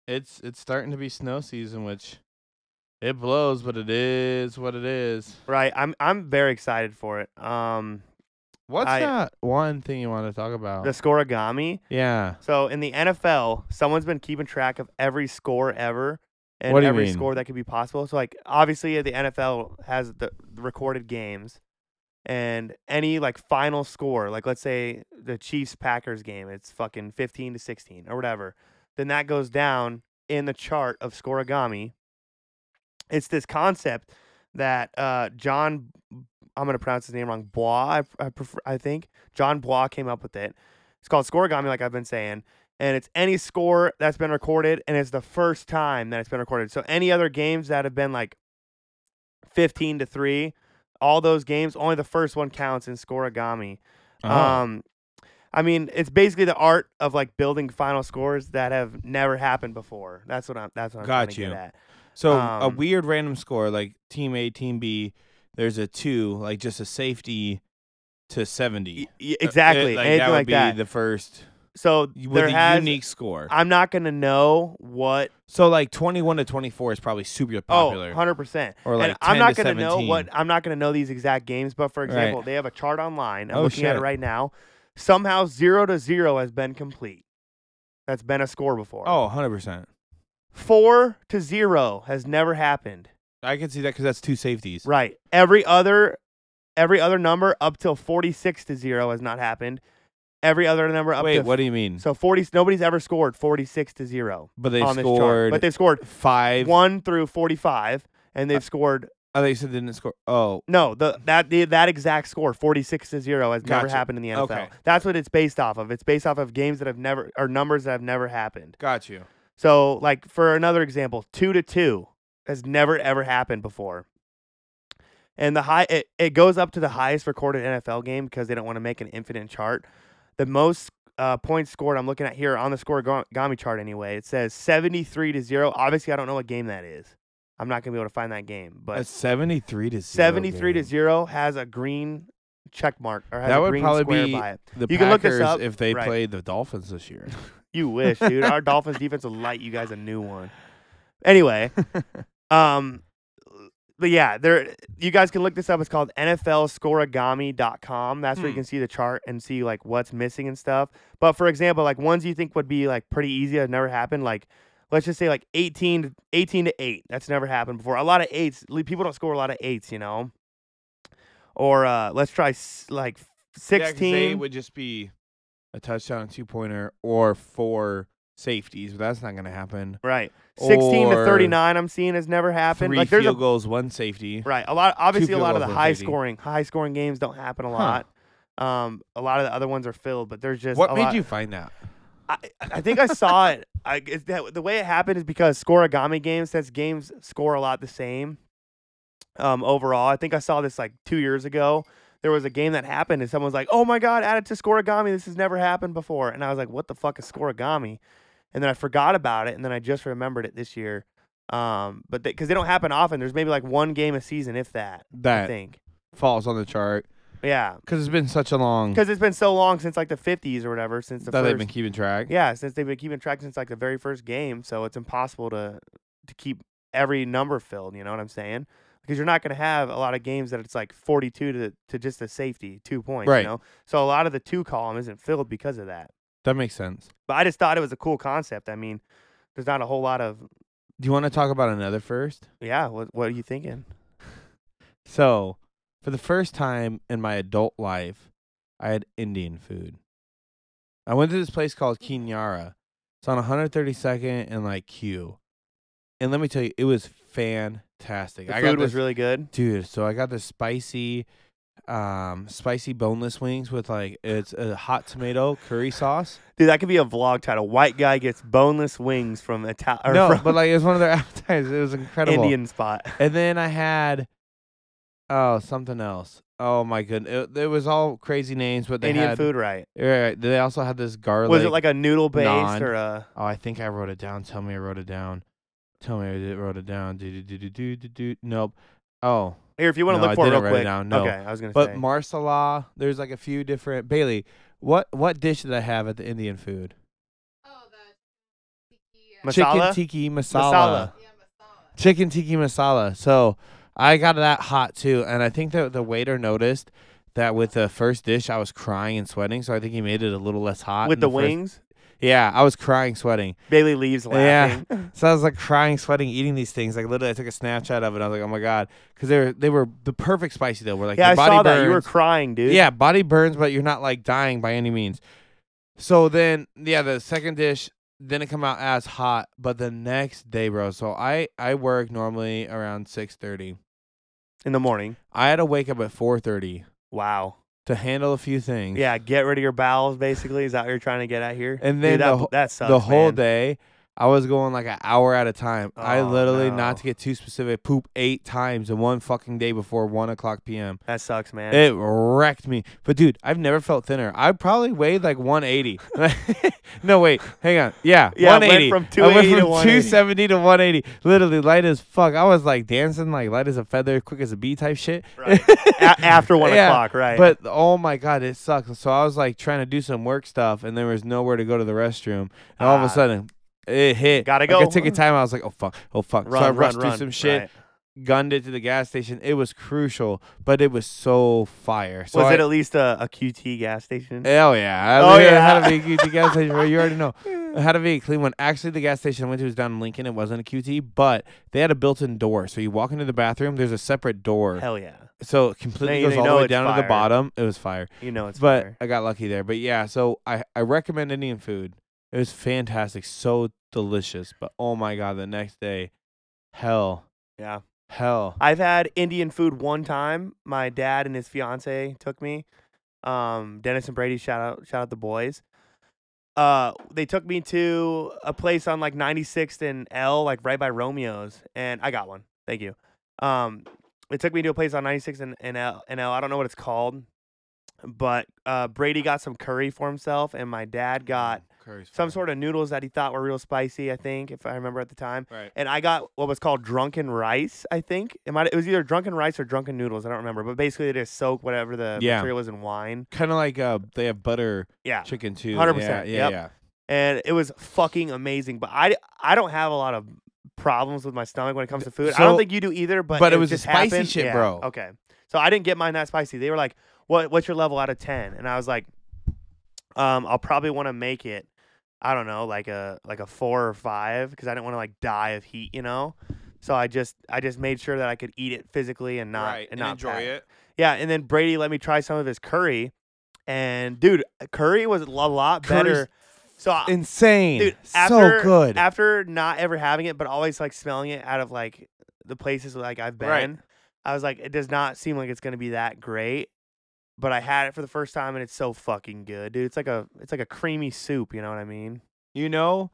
Speaker 2: it's it's starting to be snow season which it blows but it is what it is
Speaker 1: right. I'm I'm very excited for it. Um,
Speaker 2: what's
Speaker 1: I-
Speaker 2: that one thing you want to talk about
Speaker 1: the scoregami.
Speaker 2: yeah
Speaker 1: So in the NFL, someone's been keeping track of every score ever and
Speaker 2: What do you
Speaker 1: every
Speaker 2: mean?
Speaker 1: score that could be possible. So like obviously the NFL has the the recorded games and any like final score, like let's say the Chiefs Packers game, it's fucking 15 to 16 or whatever. Then that goes down in the chart of scoregami. It's this concept that uh, John, I'm going to pronounce his name wrong, Bois, I, I, prefer, I think. John Bois came up with it. It's called scoregami, like I've been saying. And it's any score that's been recorded, and it's the first time that it's been recorded. So any other games that have been like 15 to 3, all those games, only the first one counts in scoregami.
Speaker 2: Oh.
Speaker 1: Um, I mean, it's basically the art of like building final scores that have never happened before. That's what I'm. That's what I'm trying
Speaker 2: Got
Speaker 1: to get
Speaker 2: you.
Speaker 1: at.
Speaker 2: so a
Speaker 1: um,
Speaker 2: weird random score like team a team b there's a two like just a safety to
Speaker 1: Y-
Speaker 2: 70
Speaker 1: y- exactly.
Speaker 2: uh, it, like,
Speaker 1: E Anything
Speaker 2: that would
Speaker 1: like
Speaker 2: be
Speaker 1: that.
Speaker 2: the first
Speaker 1: So
Speaker 2: y- with
Speaker 1: there
Speaker 2: a
Speaker 1: has.
Speaker 2: unique score.
Speaker 1: I'm not gonna know what.
Speaker 2: so like 21 to 24 is probably super
Speaker 1: Oh,
Speaker 2: popular.
Speaker 1: 100 percent.
Speaker 2: or like
Speaker 1: and I'm
Speaker 2: 10
Speaker 1: not
Speaker 2: to
Speaker 1: gonna know
Speaker 2: 17.
Speaker 1: what. I'm not gonna know these exact games, but for
Speaker 2: Right.
Speaker 1: example, they have a chart online. I'm
Speaker 2: Oh,
Speaker 1: looking at it
Speaker 2: shit.
Speaker 1: right now. Somehow zero to zero has been complete. That's been a score before.
Speaker 2: Oh, 100%.
Speaker 1: Four to zero has never happened.
Speaker 2: I can see that cuz that's two safeties.
Speaker 1: Right. Every other every other number up till 46 to 0 has not happened. Every other number up
Speaker 2: Wait,
Speaker 1: to
Speaker 2: what do you mean?
Speaker 1: So 40 nobody's ever scored 46 to 0
Speaker 2: but they
Speaker 1: on this chart.
Speaker 2: scored
Speaker 1: But they've scored
Speaker 2: 5
Speaker 1: 1 through 45 and they've scored
Speaker 2: Oh, they said they didn't score. Oh,
Speaker 1: no, the that the, that exact score 46 to 0 has never
Speaker 2: Gotcha.
Speaker 1: happened in the NFL.
Speaker 2: Okay.
Speaker 1: That's what it's based off of. It's based off of games that have never or numbers that have never happened.
Speaker 2: got you.
Speaker 1: So like for another example, two to two has never ever happened before. And the high it, it goes up to the highest recorded NFL game because they don't want to make an infinite chart. The most uh, points scored I'm looking at here on the score Gami E chart anyway. It says 73 to 0. Obviously I don't know what game that is. I'm not going to be able to find that game, but
Speaker 2: That's 73 to 0.
Speaker 1: 73 to 0 has a green check mark or has
Speaker 2: That
Speaker 1: a
Speaker 2: would
Speaker 1: green
Speaker 2: probably
Speaker 1: square
Speaker 2: be-
Speaker 1: by it.
Speaker 2: The
Speaker 1: You
Speaker 2: Packers
Speaker 1: can look this up.
Speaker 2: if they
Speaker 1: Right.
Speaker 2: played the Dolphins this year.
Speaker 1: You wish, dude. Our Dolphins defense will light you guys a new one. Anyway, um, but yeah, there. You guys can look this up. It's called NFLscoregami.com. That's where you
Speaker 2: Hmm.
Speaker 1: can see the chart and see like what's missing and stuff. But for example, like ones you think would be like pretty easy that never happened, like. Let's just say like 18 to, 18 to 8. That's never happened before. A lot of eights, li- people don't score a lot of eights, you know? Or uh let's try s- like 16.
Speaker 2: they would just be a touchdown, two pointer, or four safeties, but that's not going to happen.
Speaker 1: right. 16 to
Speaker 2: Or
Speaker 1: 39 I'm seeing has never happened.
Speaker 2: Three
Speaker 1: like there's a
Speaker 2: field goals, one safety.
Speaker 1: Right. A lot obviously a
Speaker 2: field
Speaker 1: lot of the
Speaker 2: goals were
Speaker 1: high
Speaker 2: 30.
Speaker 1: scoring high scoring games don't happen a
Speaker 2: Huh.
Speaker 1: lot. Um a lot of the other ones are filled, but there's just
Speaker 2: What
Speaker 1: a
Speaker 2: made
Speaker 1: lot-
Speaker 2: you find that?
Speaker 1: I, I think I saw it. I it's that, the way it happened is because scoregami games since games score a lot the same. Um overall, I think I saw this like 2 years ago. There was a game that happened and someone was like, "Oh my god, add it to scoregami. This has never happened before." And I was like, "What the fuck is scoregami?" And then I forgot about it and then I just remembered it this year. Um but they, cuz they don't happen often. There's maybe like one game a season if that. I
Speaker 2: That
Speaker 1: think.
Speaker 2: falls on the chart
Speaker 1: Yeah,
Speaker 2: because it's been such a long
Speaker 1: because it's been so long since like the fifties or whatever since the
Speaker 2: that they've been
Speaker 1: first.
Speaker 2: keeping track.
Speaker 1: Yeah, since they've been keeping track since like the very first game, so it's impossible to to keep every number filled. You know what I'm saying? Because you're not going to have a lot of games that it's like 42 to to just a safety two points.
Speaker 2: Right.
Speaker 1: You know, so a lot of the two column isn't filled because of that.
Speaker 2: That makes sense.
Speaker 1: But I just thought it was a cool concept. I mean, there's not a whole lot of
Speaker 2: Do you want to talk about another first?
Speaker 1: yeah. What what are you thinking?
Speaker 2: So, for the first time in my adult life, I had Indian food. I went to this place called Kinyara. It's on 132nd and like Q. And let me tell you, it was fantastic.
Speaker 1: The
Speaker 2: I
Speaker 1: food
Speaker 2: got
Speaker 1: was
Speaker 2: this-
Speaker 1: really good.
Speaker 2: dude. So I got the spicy, um, spicy boneless wings with like it's a hot tomato curry sauce.
Speaker 1: Dude, that could be a vlog title. White guy gets boneless wings from Ita- or
Speaker 2: no,
Speaker 1: from
Speaker 2: but like it was one of their appetizers. It was incredible.
Speaker 1: Indian spot.
Speaker 2: And then I had oh something else. Oh my goodness, it, it was all crazy names, but they
Speaker 1: Indian
Speaker 2: had
Speaker 1: food, right?
Speaker 2: Right, they also had this garlic.
Speaker 1: Was it like a noodle based
Speaker 2: naan.
Speaker 1: or a?
Speaker 2: Oh, I think I wrote it down. Tell me I wrote it down. Tell me I did- wrote it down. Do do do do do do. do. Nope. Oh,
Speaker 1: Here, if you want to
Speaker 2: No, I
Speaker 1: look for it real
Speaker 2: didn't write it
Speaker 1: quick.
Speaker 2: down, no.
Speaker 1: Okay, I was gonna
Speaker 2: but
Speaker 1: say.
Speaker 2: marsala. There's like a few different. Bailey, what what dish did I have at the Indian food?
Speaker 3: Oh, the tiki, uh,
Speaker 1: Mas-
Speaker 2: Chicken
Speaker 1: Masala?
Speaker 2: tiki
Speaker 1: Masala.
Speaker 2: masala.
Speaker 3: yeah, masala.
Speaker 2: Chicken tiki masala. So I got that hot too, and I think that the waiter noticed that with the first dish I was crying and sweating, so I think he made it a little less hot.
Speaker 1: With
Speaker 2: in
Speaker 1: the,
Speaker 2: first-
Speaker 1: wings,
Speaker 2: Yeah, I was crying, sweating.
Speaker 1: Bailey leaves
Speaker 2: Yeah.
Speaker 1: laughing.
Speaker 2: So I was like crying, sweating, eating these things. Like literally, I took a Snapchat of it. I was like, "Oh my god," because they were they were the perfect spicy though. We're like,
Speaker 1: Yeah,
Speaker 2: your
Speaker 1: I
Speaker 2: body
Speaker 1: saw
Speaker 2: burns.
Speaker 1: that. You were crying, dude.
Speaker 2: yeah, body burns, but you're not like dying by any means. So then, yeah, the second dish didn't come out as hot, but the next day, bro. So I I work normally around six thirty.
Speaker 1: In the morning.
Speaker 2: I had to wake up at four thirty
Speaker 1: Wow.
Speaker 2: to handle a few things.
Speaker 1: Yeah, get rid of your bowels. Basically, is that what you're trying to get at here?
Speaker 2: And
Speaker 1: Dude,
Speaker 2: then the
Speaker 1: that,
Speaker 2: wh-
Speaker 1: that sucks.
Speaker 2: the whole
Speaker 1: man.
Speaker 2: day I was going like an hour at a time. I
Speaker 1: Oh,
Speaker 2: literally, not
Speaker 1: no.
Speaker 2: to get too specific, poop eight times in one fucking day before one o'clock p.m.
Speaker 1: That sucks, man.
Speaker 2: It wrecked me. But dude, I've never felt thinner. I probably weighed like 180. no, wait, hang on. Yeah,
Speaker 1: Yeah, I went
Speaker 2: 180.
Speaker 1: from
Speaker 2: I went
Speaker 1: 280 to
Speaker 2: from
Speaker 1: 180.
Speaker 2: 270 to 180. Literally light as fuck. I was like dancing like light as a feather, quick as a bee type shit.
Speaker 1: Right. A- after one
Speaker 2: Yeah,
Speaker 1: o'clock, right?
Speaker 2: But oh my god, it sucks. So I was like trying to do some work stuff, and there was nowhere to go to the restroom. And all of
Speaker 1: Ah.
Speaker 2: a sudden, it hit.
Speaker 1: Gotta
Speaker 2: Like,
Speaker 1: go.
Speaker 2: I took a time. I was like, oh fuck, oh fuck.
Speaker 1: run,
Speaker 2: so I
Speaker 1: run,
Speaker 2: rushed
Speaker 1: run.
Speaker 2: through some shit,
Speaker 1: Right.
Speaker 2: gunned it to the gas station. It was crucial, but it was so fire. So
Speaker 1: was
Speaker 2: I,
Speaker 1: it at least a, a QT gas station?
Speaker 2: Hell yeah!
Speaker 1: Oh,
Speaker 2: oh yeah!
Speaker 1: yeah.
Speaker 2: How to be a QT gas station? Well, you already know. How to be a clean one. Actually, the gas station I went to was down in Lincoln. It wasn't a QT, but they had a built-in door. So you walk into the bathroom, there's a separate door.
Speaker 1: Hell yeah.
Speaker 2: So it completely
Speaker 1: They-
Speaker 2: goes
Speaker 1: they
Speaker 2: all
Speaker 1: know
Speaker 2: the way
Speaker 1: it's
Speaker 2: down to the
Speaker 1: fire.
Speaker 2: bottom. It was fire
Speaker 1: You know it's
Speaker 2: but
Speaker 1: fire.
Speaker 2: I got lucky there. But yeah, so I I recommend Indian food. It was fantastic, so delicious. But oh my god, the next day, hell,
Speaker 1: Yeah.
Speaker 2: hell.
Speaker 1: I've had Indian food one time. My dad and his fiance took me. Um, Dennis and Brady, shout out, shout out the boys. Uh, they took me to a place on like 96th and L, like right by Romeo's, and I got one. Thank you. Um, they took me to a place on 96th and, and L, and L. I don't know what it's called, but uh, Brady got some curry for himself, and my dad got
Speaker 2: Mm,
Speaker 1: some sort of noodles that he thought were real spicy. I think, if I remember at the time
Speaker 2: Right.
Speaker 1: and I got what was called drunken rice. I think it might it was either drunken rice or drunken noodles. I don't remember, but basically they just soak whatever the
Speaker 2: Yeah.
Speaker 1: material is in wine.
Speaker 2: Kind of like uh, they have butter
Speaker 1: Yeah,
Speaker 2: chicken too.
Speaker 1: 100%,
Speaker 2: Yeah, yeah,
Speaker 1: yep. and it was fucking amazing. But I I don't have a lot of problems with my stomach when it comes to food. I don't
Speaker 2: So-
Speaker 1: think you do either. But
Speaker 2: but it was a
Speaker 1: just
Speaker 2: spicy
Speaker 1: happened.
Speaker 2: shit,
Speaker 1: Yeah,
Speaker 2: bro.
Speaker 1: Okay, so I didn't get mine that spicy. They were like, "What what's your level out of 10? And I was like, "Um, I'll probably want to make it." I don't know, like a like a four or five, because I didn't want to like die of heat, you know. So I just I just made sure that I could eat it physically and not and, not pack. Yeah, and then Brady let me try some of his curry, and dude, curry was a lot
Speaker 2: Curry's
Speaker 1: better. So I,
Speaker 2: Insane.
Speaker 1: Uh, dude, after,
Speaker 2: so good.
Speaker 1: After not ever having it, but always like smelling it out of like the places like I've been,
Speaker 2: Right.
Speaker 1: I was like, it does not seem like it's gonna be that great. But I had it for the first time, and it's so fucking good, dude. It's like a it's like a creamy soup. You know what I mean?
Speaker 2: you know,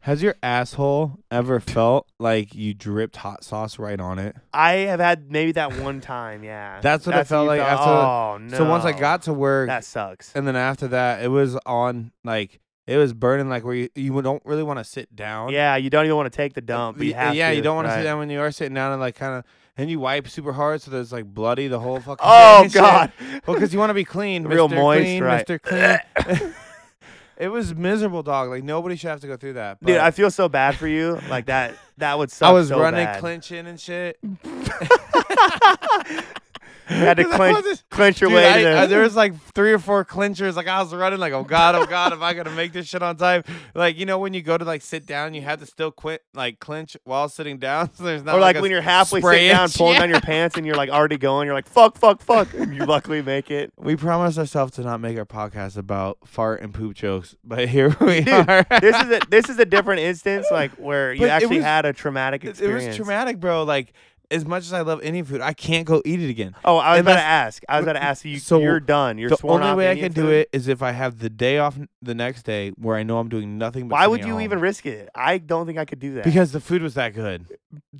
Speaker 2: has your asshole ever felt like you dripped hot sauce right on it?
Speaker 1: I have had maybe that one time. Yeah,
Speaker 2: That's what it felt
Speaker 1: you
Speaker 2: like after-
Speaker 1: oh no!
Speaker 2: So once I got to work,
Speaker 1: that sucks.
Speaker 2: and then after that it was on like it was burning like where you, you don't really want to sit down
Speaker 1: Yeah, you don't even want to take the dump. But you
Speaker 2: Y-
Speaker 1: have
Speaker 2: Uh, yeah
Speaker 1: to,
Speaker 2: you don't want to
Speaker 1: right.
Speaker 2: sit down when you are sitting down and like kind of and you wipe super hard so there's like bloody the whole fucking
Speaker 1: Oh
Speaker 2: thing and shit.
Speaker 1: god!
Speaker 2: well because you want to be clean
Speaker 1: Real
Speaker 2: Mr.
Speaker 1: moist,
Speaker 2: clean,
Speaker 1: right.
Speaker 2: Mr. clean it was miserable dog like nobody should have to go through that
Speaker 1: dude,
Speaker 2: but
Speaker 1: I feel so bad for you. Like that, that would suck.
Speaker 2: I was
Speaker 1: so
Speaker 2: running
Speaker 1: bad.
Speaker 2: clinching and shit
Speaker 1: had to
Speaker 2: 'Cause I
Speaker 1: clinch,
Speaker 2: wasn't-
Speaker 1: clinch your
Speaker 2: Dude,
Speaker 1: way
Speaker 2: I-
Speaker 1: to
Speaker 2: I- there was like three or four clinchers. Like I was running, like oh god, oh god, am I gonna make this shit on time? Like you know when you go to like sit down, you have to still quit like clinch while sitting down. So there's not
Speaker 1: or like
Speaker 2: a
Speaker 1: when you're halfway
Speaker 2: spray
Speaker 1: sitting down,
Speaker 2: itch.
Speaker 1: pulling
Speaker 2: Yeah.
Speaker 1: down your pants, and you're like already going. You're like fuck, fuck, fuck. And you luckily make it.
Speaker 2: We promised ourselves to not make our podcast about fart and poop jokes, but here we
Speaker 1: Dude,
Speaker 2: are.
Speaker 1: This is a this is a different instance, like where you
Speaker 2: But it
Speaker 1: actually
Speaker 2: was-
Speaker 1: had a traumatic
Speaker 2: it, it
Speaker 1: experience.
Speaker 2: was traumatic, bro. Like as much as I love any food, I can't go eat it again.
Speaker 1: Oh, I was
Speaker 2: And
Speaker 1: about to
Speaker 2: that's-
Speaker 1: ask. I was about to ask you.
Speaker 2: So,
Speaker 1: you're done. You're
Speaker 2: the
Speaker 1: sworn
Speaker 2: only
Speaker 1: off
Speaker 2: way I
Speaker 1: Indian
Speaker 2: can do
Speaker 1: food?
Speaker 2: it is if I have the day off n- the next day where I know I'm doing nothing. But
Speaker 1: Why
Speaker 2: sitting
Speaker 1: would
Speaker 2: at
Speaker 1: you
Speaker 2: home.
Speaker 1: even risk it? I don't think I could do that.
Speaker 2: Because the food was that good.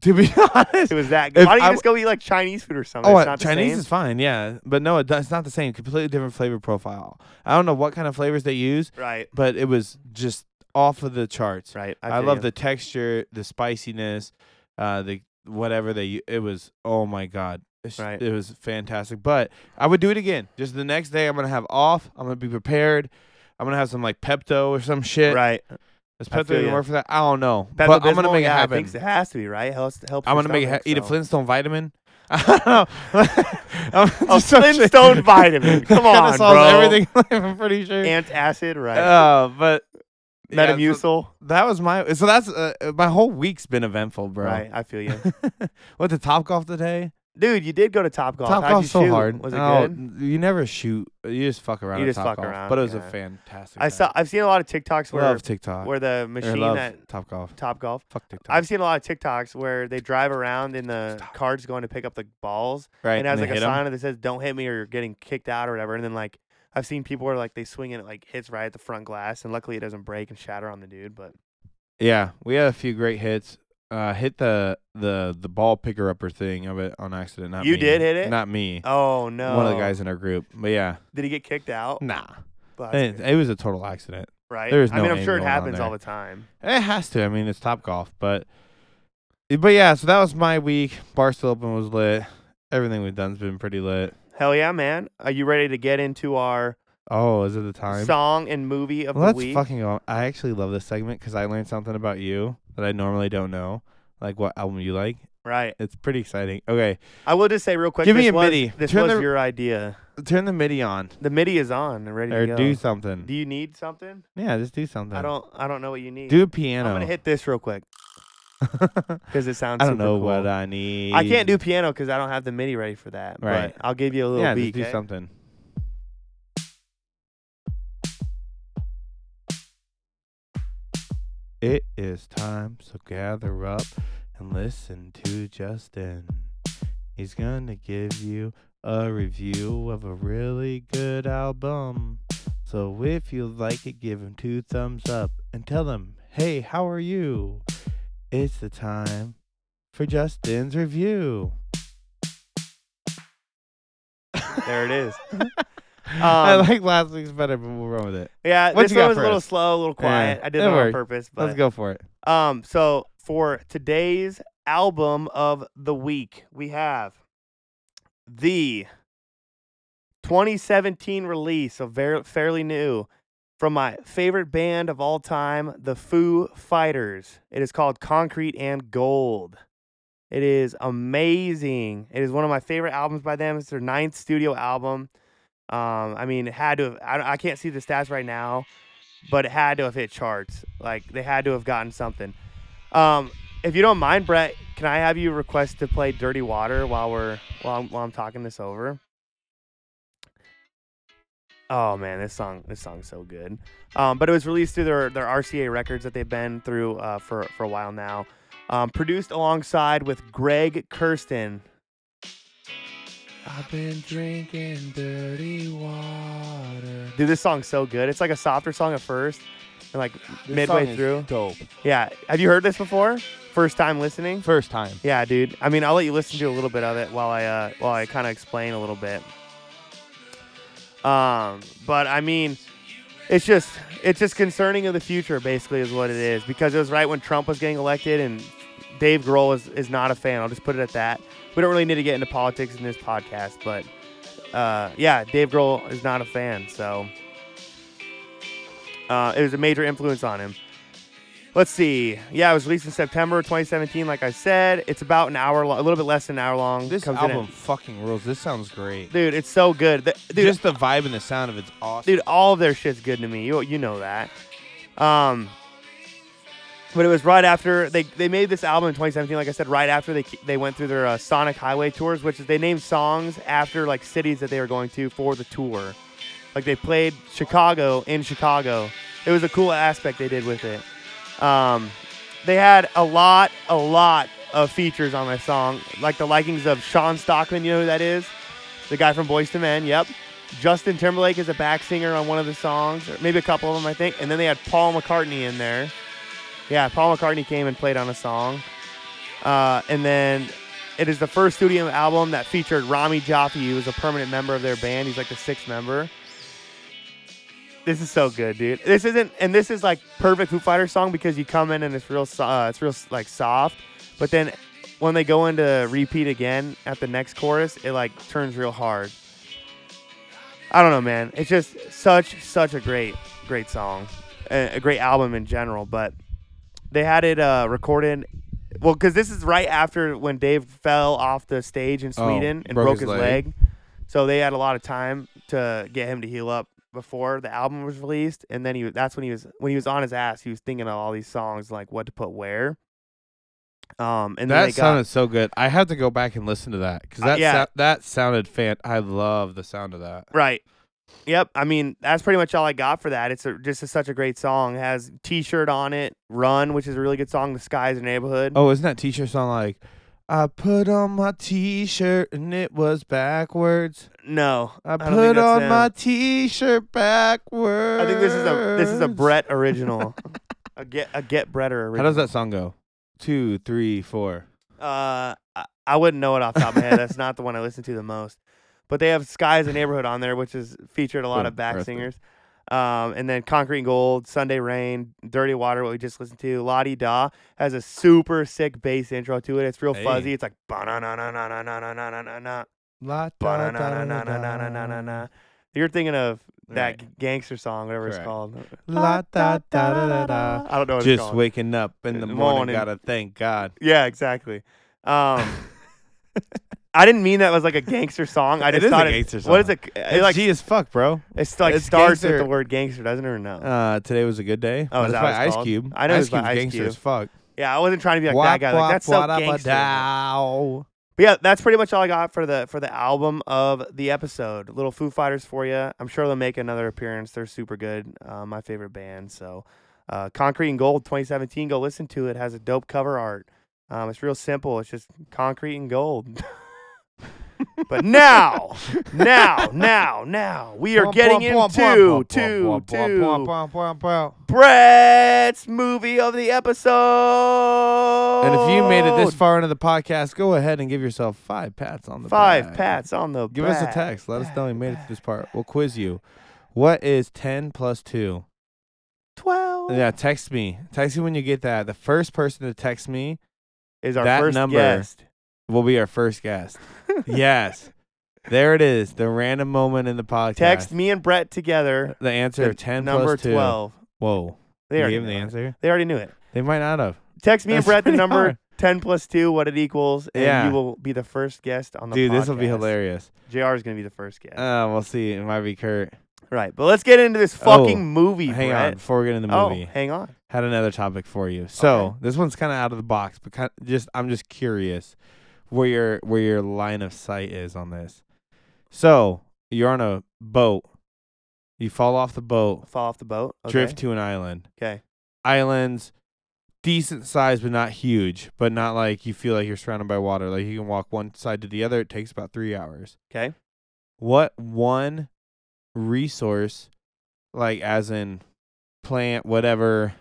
Speaker 2: To be honest,
Speaker 1: it was that. Good.
Speaker 2: If
Speaker 1: Why don't you
Speaker 2: I
Speaker 1: just go eat like Chinese food or something?
Speaker 2: Oh,
Speaker 1: it's
Speaker 2: uh,
Speaker 1: not
Speaker 2: Chinese
Speaker 1: the
Speaker 2: is fine, yeah, but no, it, do- it's not the same. Completely different flavor profile. I don't know what kind of flavors they use,
Speaker 1: same. right.
Speaker 2: but it was just off of the charts.
Speaker 1: Right.
Speaker 2: I, love the texture, the spiciness, uh, the whatever they. u- It was oh my god, It's-
Speaker 1: Right.
Speaker 2: it was fantastic. But I would do it again. Just the next day, I'm gonna have off. I'm gonna be prepared. I'm gonna have some like Pepto or some shit.
Speaker 1: right.
Speaker 2: Does
Speaker 1: I
Speaker 2: Pepto
Speaker 1: feel
Speaker 2: even
Speaker 1: ya.
Speaker 2: work for that? I don't know.
Speaker 1: Pepto-Bismol,
Speaker 2: but I'm gonna make
Speaker 1: yeah,
Speaker 2: it
Speaker 1: I
Speaker 2: happen.
Speaker 1: think it has to be right. Helps helps.
Speaker 2: I'm
Speaker 1: your
Speaker 2: gonna make it ha-
Speaker 1: stomach,
Speaker 2: eat a
Speaker 1: so.
Speaker 2: Flintstone vitamin. I don't know.
Speaker 1: A Flintstone vitamin. Come
Speaker 2: Kinda
Speaker 1: on,
Speaker 2: solves
Speaker 1: bro.
Speaker 2: everything. I'm pretty sure.
Speaker 1: Antacid, right?
Speaker 2: Uh, but yeah, so
Speaker 1: Metamucil,
Speaker 2: that was my. So that's uh, uh, my whole week's been eventful, bro.
Speaker 1: right? I feel you,
Speaker 2: Went to Top Golf today.
Speaker 1: dude. You did go to Top Golf.
Speaker 2: Top
Speaker 1: How'd you
Speaker 2: Golf's so
Speaker 1: shoot?
Speaker 2: hard.
Speaker 1: Was it
Speaker 2: No,
Speaker 1: good?
Speaker 2: You never shoot. You just fuck around.
Speaker 1: You
Speaker 2: at
Speaker 1: just fuck
Speaker 2: Topgolf,
Speaker 1: around,
Speaker 2: But it was
Speaker 1: yeah.
Speaker 2: a
Speaker 1: I
Speaker 2: fantastic. time.
Speaker 1: saw. I've seen a lot of TikToks where
Speaker 2: Love TikTok.
Speaker 1: where the
Speaker 2: Or
Speaker 1: machine
Speaker 2: love
Speaker 1: at
Speaker 2: Top Golf.
Speaker 1: Top Golf.
Speaker 2: Fuck TikTok.
Speaker 1: I've seen a lot of TikToks where they drive around in the carts going to pick up the balls,
Speaker 2: right.
Speaker 1: and it has
Speaker 2: they
Speaker 1: like a
Speaker 2: hit 'em.
Speaker 1: sign that says "Don't hit me" or "You're getting kicked out" or whatever. And then like I've seen people where like they swing and it like hits right at the front glass, and luckily it doesn't break and shatter on the dude. But
Speaker 2: Yeah, we had a few great hits. Uh, hit the the the ball picker upper thing of it on accident. Not
Speaker 1: You
Speaker 2: me.
Speaker 1: did hit it?
Speaker 2: Not me.
Speaker 1: Oh no! Oh,
Speaker 2: One of the guys Hmm. in our group. But yeah,
Speaker 1: Did he get kicked out?
Speaker 2: nah,
Speaker 1: Buster,
Speaker 2: it, it was a total accident.
Speaker 1: right.
Speaker 2: there is
Speaker 1: I
Speaker 2: no
Speaker 1: mean, I'm
Speaker 2: aim
Speaker 1: sure it
Speaker 2: going on
Speaker 1: happens all
Speaker 2: there.
Speaker 1: the time.
Speaker 2: It has to. I mean, it's top golf, but but yeah. So that was my week. Barstool Open was lit. Everything we've done's been pretty lit.
Speaker 1: Hell yeah, man! Are you ready to get into our
Speaker 2: Oh, is it the time?
Speaker 1: song and movie of
Speaker 2: Let's
Speaker 1: the week?
Speaker 2: fucking go. I actually love this segment because I learned something about you that I normally don't know, like what album you like.
Speaker 1: right.
Speaker 2: It's pretty exciting. Okay,
Speaker 1: I will just say real quick.
Speaker 2: Give me
Speaker 1: this
Speaker 2: a
Speaker 1: was,
Speaker 2: MIDI.
Speaker 1: This
Speaker 2: Turn
Speaker 1: was
Speaker 2: the-
Speaker 1: your idea.
Speaker 2: turn the MIDI on
Speaker 1: The MIDI is on and ready
Speaker 2: or
Speaker 1: to go.
Speaker 2: do something.
Speaker 1: Do you need something?
Speaker 2: yeah, just do something.
Speaker 1: I don't. I don't know what you need.
Speaker 2: do a
Speaker 1: I'm
Speaker 2: piano.
Speaker 1: gonna hit this real quick because it sounds.
Speaker 2: I don't
Speaker 1: super
Speaker 2: know
Speaker 1: cool.
Speaker 2: what I need.
Speaker 1: I can't do piano because I don't have the MIDI ready for that.
Speaker 2: Right.
Speaker 1: But I'll give you a little
Speaker 2: yeah,
Speaker 1: beat.
Speaker 2: just do
Speaker 1: okay?
Speaker 2: something. It is time, so gather up and listen to Justin. He's gonna give you a review of a really good album. So if you like it, give him two thumbs up and tell him, hey, how are you? It's the time for Justin's review.
Speaker 1: There it is.
Speaker 2: I
Speaker 1: Um,
Speaker 2: like last week's better, but we'll run with it.
Speaker 1: Yeah,
Speaker 2: What
Speaker 1: this
Speaker 2: you
Speaker 1: one
Speaker 2: got
Speaker 1: was a
Speaker 2: for
Speaker 1: little
Speaker 2: us?
Speaker 1: slow, a little quiet.
Speaker 2: Yeah,
Speaker 1: I did
Speaker 2: don't
Speaker 1: that
Speaker 2: worry.
Speaker 1: on purpose. But
Speaker 2: Let's go for it.
Speaker 1: Um, so for today's album of the week, we have the 2017 release of ver- fairly new from my favorite band of all time, the Foo Fighters. It is called Concrete and Gold. It is amazing. It is one of my favorite albums by them. It's their ninth studio album. Um, I mean, it had to have, I, I can't see the stats right now, but it had to have hit charts. Like, they had to have gotten something. Um, if you don't mind, Brett, can I have you request to play Dirty Water while we're, while I'm, while I'm talking this over? Oh man, this song, this song's so good. Um, but it was released through their, their RCA records that they've been through, uh, for, for a while now. Um, produced alongside with Greg Kirsten,
Speaker 2: I've been drinking dirty water.
Speaker 1: Dude, this song's so good. It's like a softer song at first, and like midway through.
Speaker 2: dope.
Speaker 1: Yeah. Have you heard this before? First time listening?
Speaker 2: First time.
Speaker 1: Yeah, dude. I mean, I'll let you listen to a little bit of it while I uh, while I kind of explain a little bit. Um, but I mean, it's just it's just concerning of the future, basically, is what it is. Because it was right when Trump was getting elected, and Dave Grohl is is not a fan. I'll just put it at that. We don't really need to get into politics in this podcast, but uh, yeah, Dave Grohl is not a fan, so uh, it was a major influence on him. Let's see. Yeah, it was released in September 2017. Like I said, it's about an hour, lo- a little bit less than an hour long.
Speaker 2: This
Speaker 1: Comes in
Speaker 2: album fucking rules. This sounds great.
Speaker 1: at- dude, it's so good. The- dude,
Speaker 2: Just the vibe and the sound of it's awesome.
Speaker 1: dude, all of their shit's good to me. You you know that. Um, but it was right after they they made this album in 2017. Like I said, right after they ke- they went through their uh, Sonic Highway tours, which is they named songs after like cities that they were going to for the tour. Like they played Chicago in Chicago. It was a cool aspect they did with it. Um, they had a lot, a lot of features on this song, like the likings of Sean Stockman. You know who that is? The guy from Boys to Men. Yep. Justin Timberlake is a back singer on one of the songs, or maybe a couple of them, I think. And then they had Paul McCartney in there. Yeah, Paul McCartney came and played on a song. Uh, and then it is the first studio album that featured Rami Jaffe, who was a permanent member of their band. He's like the sixth member. This is so good, dude. This isn't, and this is like perfect Foo Fighters song because you come in and it's real, so- uh, it's real like soft, but then when they go into repeat again at the next chorus, it like turns real hard. I don't know, man. It's just such such a great great song, a, a great album in general. But they had it uh, recorded. Well, because this is right after when Dave fell off the stage in
Speaker 2: Oh,
Speaker 1: Sweden and broke, his, leg. so they had a lot of time to get him to heal up before the album was released. And then he—that's when he was when he was on his ass. He was thinking of all these songs, like what to put where. Um, and then
Speaker 2: that
Speaker 1: they got,
Speaker 2: sounded so good. I have to go back and listen to that because
Speaker 1: Uh,
Speaker 2: that
Speaker 1: yeah.
Speaker 2: sou- that sounded fan. I love the sound of that.
Speaker 1: Right. Yep. I mean, that's pretty much all I got for that. It's a, just a, such a great song. It has T-shirt on it. Run, which is a really good song. The Sky's a neighborhood.
Speaker 2: Oh, isn't that t-shirt sound like? I put on my t-shirt and it was backwards.
Speaker 1: No,
Speaker 2: I,
Speaker 1: don't think
Speaker 2: put
Speaker 1: that's
Speaker 2: on
Speaker 1: them.
Speaker 2: my t-shirt backwards.
Speaker 1: I think this is a this is a Brett original. A get a get breader.
Speaker 2: How does that song go? Two, three, four.
Speaker 1: Uh, I, I wouldn't know it off the top of my head. That's not the one I listen to the most. But they have Sky as a Neighborhood on there, which is featured a lot of back
Speaker 2: Interesting.
Speaker 1: singers. Um, and then Concrete and Gold, Sunday Rain, Dirty Water, what we just listened to. Lottie Da has a super sick bass intro to it. It's real
Speaker 2: Hey.
Speaker 1: fuzzy. It's like ba na na na na na na na na na na
Speaker 2: La
Speaker 1: ba na na na na na na na na na. You're thinking of that g- gangster song, whatever it's
Speaker 2: Correct.
Speaker 1: called.
Speaker 2: La da da da da da.
Speaker 1: I don't know what it's
Speaker 2: Just
Speaker 1: called.
Speaker 2: waking up in the
Speaker 1: Uh,
Speaker 2: morning,
Speaker 1: morning.
Speaker 2: gotta thank God.
Speaker 1: Yeah, exactly. Um, I didn't mean that was like a gangster song. I
Speaker 2: It
Speaker 1: just
Speaker 2: is a
Speaker 1: thought it,
Speaker 2: gangster
Speaker 1: What is
Speaker 2: song.
Speaker 1: it? It like
Speaker 2: G as fuck, bro.
Speaker 1: it's like
Speaker 2: it's
Speaker 1: starts with
Speaker 2: gangster.
Speaker 1: the word gangster, doesn't it or no?
Speaker 2: Uh, today was a good day.
Speaker 1: Oh, is
Speaker 2: That's
Speaker 1: that
Speaker 2: by
Speaker 1: what it's
Speaker 2: Ice
Speaker 1: called?
Speaker 2: Cube.
Speaker 1: I know
Speaker 2: Ice
Speaker 1: it's by
Speaker 2: Cube's
Speaker 1: Ice
Speaker 2: gangster
Speaker 1: Cube.
Speaker 2: as fuck.
Speaker 1: yeah, I wasn't trying to be like
Speaker 2: Wop,
Speaker 1: that guy. Like
Speaker 2: wop,
Speaker 1: that's so
Speaker 2: wada, ba,
Speaker 1: gangster.
Speaker 2: dow.
Speaker 1: But yeah, that's pretty much all I got for the for the album of the episode. Little Foo Fighters for you. I'm sure they'll make another appearance. They're super good. Uh, my favorite band. So, uh, Concrete and Gold 2017. Go listen to it. It Has a dope cover art. Um, it's real simple. It's just concrete and gold. but now, now, now, now, we are
Speaker 2: Bwomp,
Speaker 1: getting
Speaker 2: bwomp, bwomp,
Speaker 1: into
Speaker 2: bwomp,
Speaker 1: two,
Speaker 2: bwomp, bwomp, bwomp,
Speaker 1: two.
Speaker 2: bwomp, bwomp, bwomp.
Speaker 1: Brett's movie of the episode.
Speaker 2: And if you made it this far into the podcast, go ahead and give yourself five pats on the
Speaker 1: five
Speaker 2: back.
Speaker 1: pats on the
Speaker 2: Give us a
Speaker 1: back.
Speaker 2: text. Let us know you
Speaker 1: back,
Speaker 2: made it to this
Speaker 1: back,
Speaker 2: part. We'll
Speaker 1: back,
Speaker 2: quiz you. What is 10 plus 2?
Speaker 1: 12
Speaker 2: Yeah, text me. Text me when you get that. The first person to text me
Speaker 1: is our
Speaker 2: that
Speaker 1: first
Speaker 2: number.
Speaker 1: guest.
Speaker 2: will be our first guest. yes. There it is. The random moment in the podcast.
Speaker 1: Text me and Brett together.
Speaker 2: The answer
Speaker 1: the
Speaker 2: of 10
Speaker 1: number
Speaker 2: plus 2.
Speaker 1: 12.
Speaker 2: Whoa.
Speaker 1: They
Speaker 2: you
Speaker 1: already
Speaker 2: gave them
Speaker 1: knew
Speaker 2: the
Speaker 1: it.
Speaker 2: answer?
Speaker 1: They already knew it.
Speaker 2: They might not have.
Speaker 1: Text me and
Speaker 2: That's
Speaker 1: Brett the
Speaker 2: pretty
Speaker 1: number
Speaker 2: hard.
Speaker 1: 10 plus 2, what it equals, and
Speaker 2: Yeah.
Speaker 1: you will be the first guest on the
Speaker 2: Dude,
Speaker 1: podcast.
Speaker 2: this will be hilarious.
Speaker 1: JR is going to be the first guest.
Speaker 2: Uh, we'll see. It might be Kurt.
Speaker 1: right, but let's get into this
Speaker 2: Oh,
Speaker 1: fucking movie,
Speaker 2: Hang on.
Speaker 1: Brett.
Speaker 2: Before we get into the movie,
Speaker 1: Oh, hang on.
Speaker 2: had another topic for you. So this one's kind of out of the box, but kind just I'm just curious where your where your line of sight is on this. So you're on a boat. You fall off the boat,
Speaker 1: Fall off the boat. Okay.
Speaker 2: drift to an island.
Speaker 1: Okay.
Speaker 2: Islands, decent size but not huge, but not like you feel like you're surrounded by water. Like you can walk one side to the other. It takes about three hours
Speaker 1: Okay.
Speaker 2: what one resource like as in plant whatever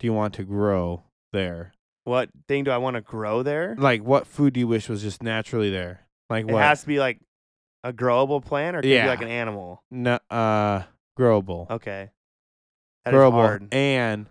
Speaker 2: do you want to grow there
Speaker 1: What thing do I want to grow there?
Speaker 2: like what food do you wish was just naturally there like
Speaker 1: It
Speaker 2: what
Speaker 1: has to be like a growable plant or can it
Speaker 2: Yeah.
Speaker 1: be like an animal.
Speaker 2: no, uh growable
Speaker 1: Okay. Oh, That is
Speaker 2: growable
Speaker 1: hard.
Speaker 2: and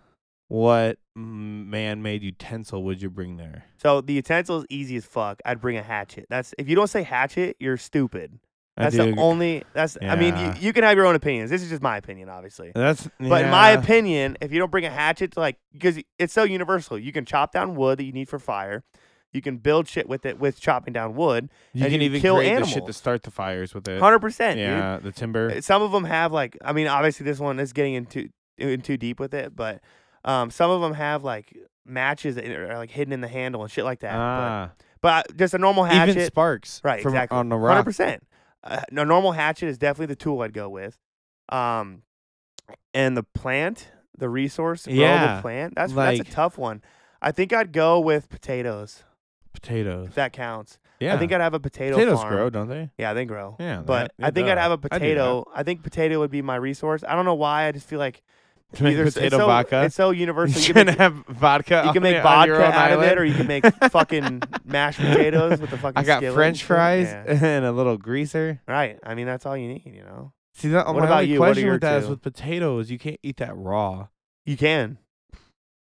Speaker 2: what man made utensil would you bring there
Speaker 1: So the utensil is easy as fuck. I'd bring a hatchet. That's if you don't say hatchet, you're stupid. That's
Speaker 2: I do,
Speaker 1: the only. That's. I mean,
Speaker 2: Yeah.
Speaker 1: you, you can have your own opinions. This is just my opinion, obviously.
Speaker 2: that's
Speaker 1: But in my
Speaker 2: yeah,
Speaker 1: opinion, if you don't bring a hatchet to like, because it's so universal, you can chop down wood that you need for fire. You can build shit with it with chopping down wood.
Speaker 2: you
Speaker 1: and
Speaker 2: can
Speaker 1: you
Speaker 2: even
Speaker 1: kill
Speaker 2: create the shit to
Speaker 1: animals.
Speaker 2: start the fires with it
Speaker 1: Hundred percent, dude.
Speaker 2: yeah the timber
Speaker 1: Uh, some of them have like i mean obviously this one is getting into in too deep with it but um some of them have like matches that are like hidden in the handle and shit like that
Speaker 2: ah
Speaker 1: but, but just a normal hatchet
Speaker 2: even sparks
Speaker 1: right
Speaker 2: from
Speaker 1: exactly
Speaker 2: on the rock
Speaker 1: 100% uh, a normal hatchet is definitely the tool i'd go with um and the plant the resource the
Speaker 2: Yeah,
Speaker 1: plant that's that's
Speaker 2: like-
Speaker 1: a tough one i think i'd go with potatoes
Speaker 2: potatoes
Speaker 1: if that counts
Speaker 2: yeah
Speaker 1: i think i'd have a potato
Speaker 2: potatoes
Speaker 1: farm.
Speaker 2: grow, don't they?
Speaker 1: Yeah, they grow.
Speaker 2: Yeah,
Speaker 1: but
Speaker 2: that-
Speaker 1: I think I'd
Speaker 2: duh.
Speaker 1: have a
Speaker 2: I'd do that.
Speaker 1: potato. I think potato would be my resource. I don't know why. I just feel like either it's-
Speaker 2: potato
Speaker 1: it's so,
Speaker 2: vodka.
Speaker 1: It's so
Speaker 2: you
Speaker 1: universal. You can
Speaker 2: can
Speaker 1: make,
Speaker 2: have vodka.
Speaker 1: you
Speaker 2: on
Speaker 1: can make
Speaker 2: your- on your
Speaker 1: vodka
Speaker 2: own
Speaker 1: out of it,
Speaker 2: island.
Speaker 1: or you can make fucking mashed potatoes with the fucking.
Speaker 2: I got
Speaker 1: skillet
Speaker 2: French
Speaker 1: and shit.
Speaker 2: fries
Speaker 1: Yeah.
Speaker 2: and a little greaser.
Speaker 1: Right. I mean, that's all you need. You know,
Speaker 2: See that?
Speaker 1: What
Speaker 2: my
Speaker 1: about
Speaker 2: only
Speaker 1: you? What are
Speaker 2: question
Speaker 1: your
Speaker 2: with that is
Speaker 1: two?
Speaker 2: with potatoes, you can't eat that raw.
Speaker 1: you can.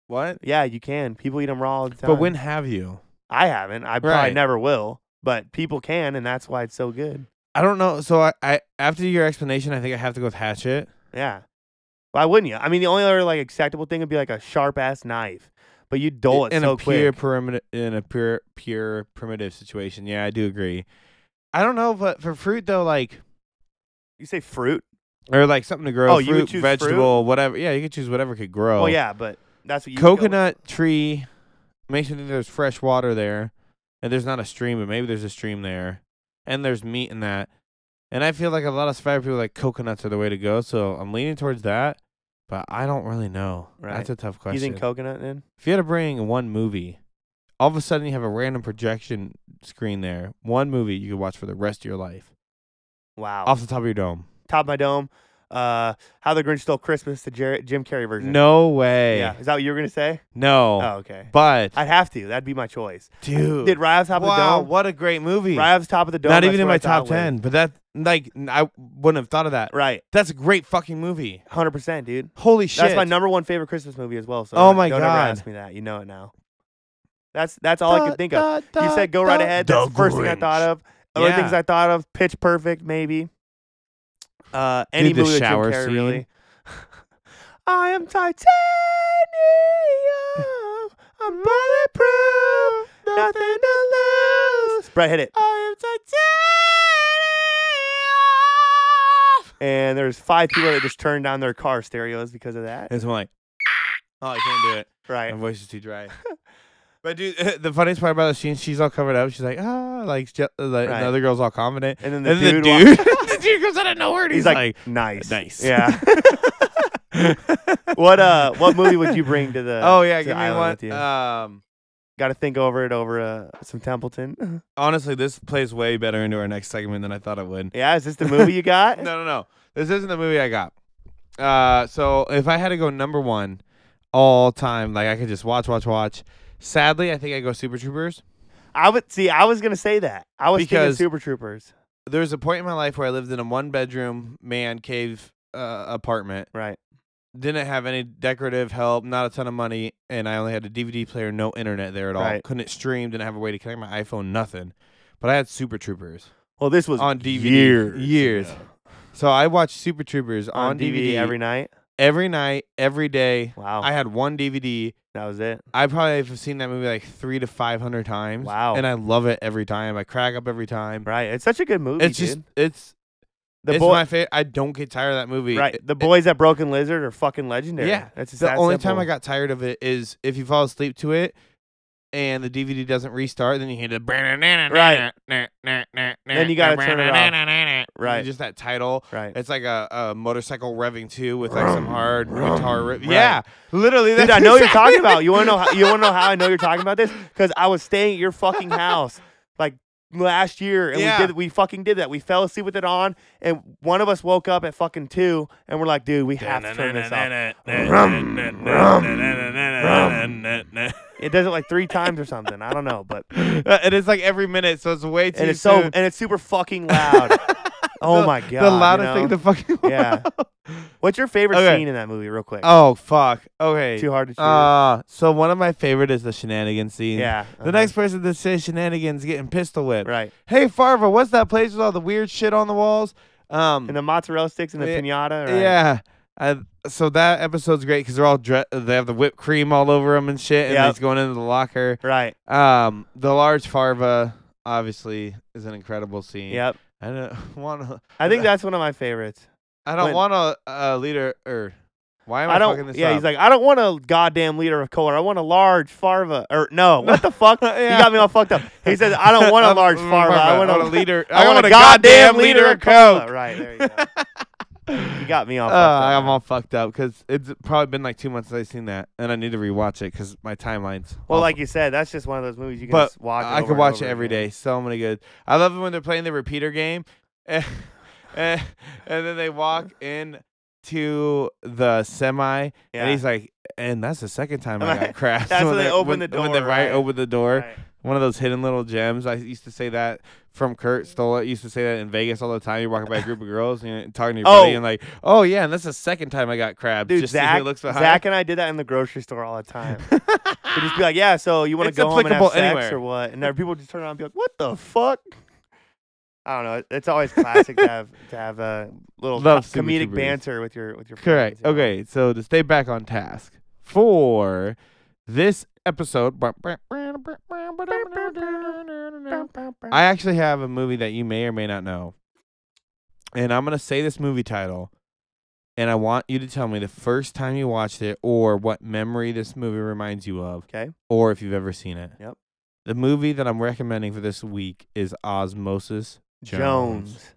Speaker 2: What?
Speaker 1: Yeah, you can. People eat them raw all the time.
Speaker 2: But when have you?
Speaker 1: I haven't, I probably
Speaker 2: Right.
Speaker 1: never will. But people can, and that's why it's so good.
Speaker 2: I don't know. So I, I after your explanation, I think I have to go with hatchet.
Speaker 1: Yeah. Why wouldn't you? I mean, the only other like acceptable thing would be like a sharp ass knife, but you dull it
Speaker 2: in
Speaker 1: Oh, so
Speaker 2: a
Speaker 1: quick.
Speaker 2: pure perimeter, in a pure pure primitive situation. Yeah, I do agree. I don't know, but for fruit though, like
Speaker 1: You say fruit?
Speaker 2: or like something to grow,
Speaker 1: Oh, you would
Speaker 2: fruit,
Speaker 1: choose fruit?
Speaker 2: vegetable, whatever. Yeah, you could choose whatever could grow.
Speaker 1: Well, yeah, but that's what you would go with.
Speaker 2: coconut tree. Make sure that there's fresh water there, and there's not a stream, but maybe there's a stream there, and there's meat in that. And I feel like a lot of survivor people are like coconuts are the way to go, so I'm leaning towards that. But I don't really know.
Speaker 1: Right.
Speaker 2: That's a tough
Speaker 1: You
Speaker 2: question.
Speaker 1: think coconut then?
Speaker 2: if you had to bring one movie, all of a sudden you have a random projection screen there, one movie you could watch for the rest of your life,
Speaker 1: Wow.
Speaker 2: off the top of your dome.
Speaker 1: top of my dome. uh, How the Grinch Stole Christmas, the Jer- Jim Carrey version.
Speaker 2: No way.
Speaker 1: Yeah. Is that what you were gonna say?
Speaker 2: No.
Speaker 1: Oh, okay.
Speaker 2: But
Speaker 1: I'd have to. That'd be my choice.
Speaker 2: dude,
Speaker 1: Did Rav's Top
Speaker 2: wow,
Speaker 1: of the Dome?
Speaker 2: what a great movie.
Speaker 1: Rav's Top of the Dome.
Speaker 2: Not
Speaker 1: that's
Speaker 2: even in
Speaker 1: what I
Speaker 2: my top
Speaker 1: thought was-
Speaker 2: ten, but that like n- I wouldn't have thought of that.
Speaker 1: Right.
Speaker 2: That's a great fucking movie.
Speaker 1: Hundred percent, dude.
Speaker 2: Holy shit.
Speaker 1: That's my number one favorite Christmas movie as well. So
Speaker 2: Oh
Speaker 1: don't-
Speaker 2: my
Speaker 1: don't
Speaker 2: God.
Speaker 1: ever ask me that. You know it now. That's that's all I could think of.
Speaker 2: Da, da,
Speaker 1: you said go right
Speaker 2: da.
Speaker 1: ahead.
Speaker 2: The
Speaker 1: That's the first thing I
Speaker 2: Grinch.
Speaker 1: thought of. Other
Speaker 2: Yeah.
Speaker 1: things I thought of: Pitch Perfect, maybe. Uh, any
Speaker 2: Dude, the
Speaker 1: movie with Jim
Speaker 2: shower
Speaker 1: Carrey,
Speaker 2: scene.
Speaker 1: really. I am Titanium. I'm bulletproof. Nothing to lose. Brett, hit it.
Speaker 2: I am Titanium.
Speaker 1: And there's five people that just turned down their car stereos because of that.
Speaker 2: And someone like, oh, I can't do it.
Speaker 1: Right.
Speaker 2: My voice is too dry. But dude, the funniest part about the scene, she's all covered up. She's like, ah, like, je- like
Speaker 1: Right.
Speaker 2: the other girl's all confident.
Speaker 1: And then
Speaker 2: And
Speaker 1: the
Speaker 2: then the
Speaker 1: dude, wa-
Speaker 2: dude, the dude comes out of nowhere. And he's,
Speaker 1: he's
Speaker 2: like,
Speaker 1: like, nice,
Speaker 2: nice.
Speaker 1: Yeah. what uh? What movie would you bring to the?
Speaker 2: oh yeah,
Speaker 1: to
Speaker 2: give me
Speaker 1: Island
Speaker 2: one.
Speaker 1: with you?
Speaker 2: Um,
Speaker 1: Got to think over it over uh, some Templeton.
Speaker 2: honestly, this plays way better into our next segment than I thought it would.
Speaker 1: yeah, is this the movie you got?
Speaker 2: No, no, no. This isn't the movie I got. Uh, so if I had to go number one all time, like I could just watch, watch, watch. Sadly, I think I go Super Troopers.
Speaker 1: I would see. I was gonna say that. I was thinking
Speaker 2: Because-
Speaker 1: Super Troopers.
Speaker 2: There was a point in my life where I lived in a one bedroom man cave uh, apartment.
Speaker 1: Right.
Speaker 2: Didn't have any decorative help, not a ton of money, and I only had a DVD player, no internet there at all.
Speaker 1: Right.
Speaker 2: Couldn't stream, didn't have a way to connect my iPhone, nothing. But I had Super Troopers.
Speaker 1: Well, this was
Speaker 2: On DVD.
Speaker 1: Years.
Speaker 2: Years.
Speaker 1: ago.
Speaker 2: So I watched Super Troopers on,
Speaker 1: On, DVD, every night.
Speaker 2: every night, every day.
Speaker 1: Wow.
Speaker 2: I had one DVD.
Speaker 1: that was it.
Speaker 2: I probably have seen that movie like three to five hundred times.
Speaker 1: Wow.
Speaker 2: And I love it every time. I crack up every time.
Speaker 1: Right. It's such a good movie.
Speaker 2: It's just
Speaker 1: dude.
Speaker 2: it's
Speaker 1: the
Speaker 2: it's
Speaker 1: boy.
Speaker 2: my favorite. I don't get tired of that movie.
Speaker 1: right.
Speaker 2: It-
Speaker 1: The
Speaker 2: it-
Speaker 1: boys at Broken Lizard are fucking legendary.
Speaker 2: Yeah,
Speaker 1: That's just
Speaker 2: the
Speaker 1: that
Speaker 2: only time
Speaker 1: simple.
Speaker 2: I got tired of it is if you fall asleep to it, and the DVD doesn't restart, then you hit a
Speaker 1: Right.
Speaker 2: Then
Speaker 1: you gotta turn it
Speaker 2: off.
Speaker 1: Right.
Speaker 2: Just that title.
Speaker 1: Right.
Speaker 2: It's like a, a motorcycle revving too with like some hard guitar riff.
Speaker 1: Right.
Speaker 2: Yeah, literally.
Speaker 1: Dude,
Speaker 2: that's
Speaker 1: I know what you're
Speaker 2: exactly-
Speaker 1: talking about. You want to know? How, you want to know how I know you're talking about this? Because I was staying at your fucking house like last year, and
Speaker 2: Yeah.
Speaker 1: we did. We fucking did that. We fell asleep with it on, and one of us woke up at fucking two, and we're like, dude, we have to turn this off. It does it like three times or something. I don't know, but
Speaker 2: and it's like every minute, so it's way too.
Speaker 1: and it's so
Speaker 2: soon.
Speaker 1: and it's super fucking loud. Oh
Speaker 2: The-
Speaker 1: my god,
Speaker 2: The loudest
Speaker 1: you
Speaker 2: thing in
Speaker 1: know?
Speaker 2: the fucking. world.
Speaker 1: yeah. What's your favorite
Speaker 2: Okay.
Speaker 1: scene in that movie, real quick?
Speaker 2: Oh fuck. Okay.
Speaker 1: Too hard to choose.
Speaker 2: Uh, so one of my favorite is the shenanigans scene.
Speaker 1: yeah.
Speaker 2: The
Speaker 1: uh-huh.
Speaker 2: next person that says shenanigans getting pistol whipped.
Speaker 1: Right.
Speaker 2: Hey Farva, what's that place with all the weird shit on the walls? Um.
Speaker 1: And the mozzarella sticks and the
Speaker 2: Yeah,
Speaker 1: pinata. Right?
Speaker 2: Yeah. I, so that episode's great because they're all dre- they have the whipped cream all over them and shit, and
Speaker 1: Yep.
Speaker 2: he's going into the locker.
Speaker 1: Right.
Speaker 2: Um, the large Farva obviously is an incredible scene.
Speaker 1: Yep.
Speaker 2: I don't want to.
Speaker 1: I think that's one of my favorites.
Speaker 2: I don't uh,
Speaker 1: When-
Speaker 2: want a, a leader. Or er, why am I,
Speaker 1: I
Speaker 2: fucking
Speaker 1: don't.
Speaker 2: this
Speaker 1: Yeah,
Speaker 2: up?
Speaker 1: he's like, I don't want a goddamn liter of color. I want a large farva. Or no, what the fuck?
Speaker 2: Yeah.
Speaker 1: You got me all fucked up. He says, I don't want a
Speaker 2: I'm-
Speaker 1: large
Speaker 2: I'm
Speaker 1: farva. I want a,
Speaker 2: leader.
Speaker 1: I want a goddamn liter of coke.
Speaker 2: Coke.
Speaker 1: Right there you go. You got me all
Speaker 2: Uh,
Speaker 1: fucked up.
Speaker 2: I'm
Speaker 1: man.
Speaker 2: all fucked up because it's probably been like two months since I've seen that, and I need to rewatch it because my timeline's.
Speaker 1: well,
Speaker 2: awful.
Speaker 1: like you said, that's just one of those movies you can
Speaker 2: But
Speaker 1: just watch.
Speaker 2: I
Speaker 1: over
Speaker 2: could
Speaker 1: and
Speaker 2: watch it
Speaker 1: over
Speaker 2: every
Speaker 1: again.
Speaker 2: day. So many good. I love it when they're playing the repeater game, and, and, and then they walk in to the semi,
Speaker 1: Yeah.
Speaker 2: and he's like, "And that's the second time I got
Speaker 1: Right.
Speaker 2: crashed."
Speaker 1: That's when they open
Speaker 2: when,
Speaker 1: the
Speaker 2: When they
Speaker 1: door,
Speaker 2: right
Speaker 1: right.
Speaker 2: open the door,
Speaker 1: Right.
Speaker 2: one of those hidden little gems. I used to say that from Kurt Stole it. Used to say that in Vegas all the time. You're walking by a group of girls and you're talking to your buddy
Speaker 1: Oh.
Speaker 2: and like, "Oh yeah, and that's the second time I got crabbed."
Speaker 1: Dude,
Speaker 2: Just see who
Speaker 1: Zach,
Speaker 2: looks behind.
Speaker 1: Zach and I did that in the grocery store all the time. We'd just be like, "Yeah, so you want to
Speaker 2: It's
Speaker 1: go home and have
Speaker 2: applicable
Speaker 1: sex
Speaker 2: anywhere.
Speaker 1: or what?" And then people would just turn around and be like, "What the fuck?" I don't know. it- It's always classic to have to have a little
Speaker 2: Love
Speaker 1: co-
Speaker 2: Super
Speaker 1: comedic
Speaker 2: Troopers.
Speaker 1: banter with your with your
Speaker 2: Correct.
Speaker 1: friends, you know?
Speaker 2: Okay, so to stay back on task for this episode, I actually have a movie that you may or may not know, and I'm gonna say this movie title, and I want you to tell me the first time you watched it or what memory this movie reminds you of,
Speaker 1: Okay.
Speaker 2: or if you've ever seen it.
Speaker 1: Yep.
Speaker 2: The movie that I'm recommending for this week is Osmosis Jones.
Speaker 1: Jones.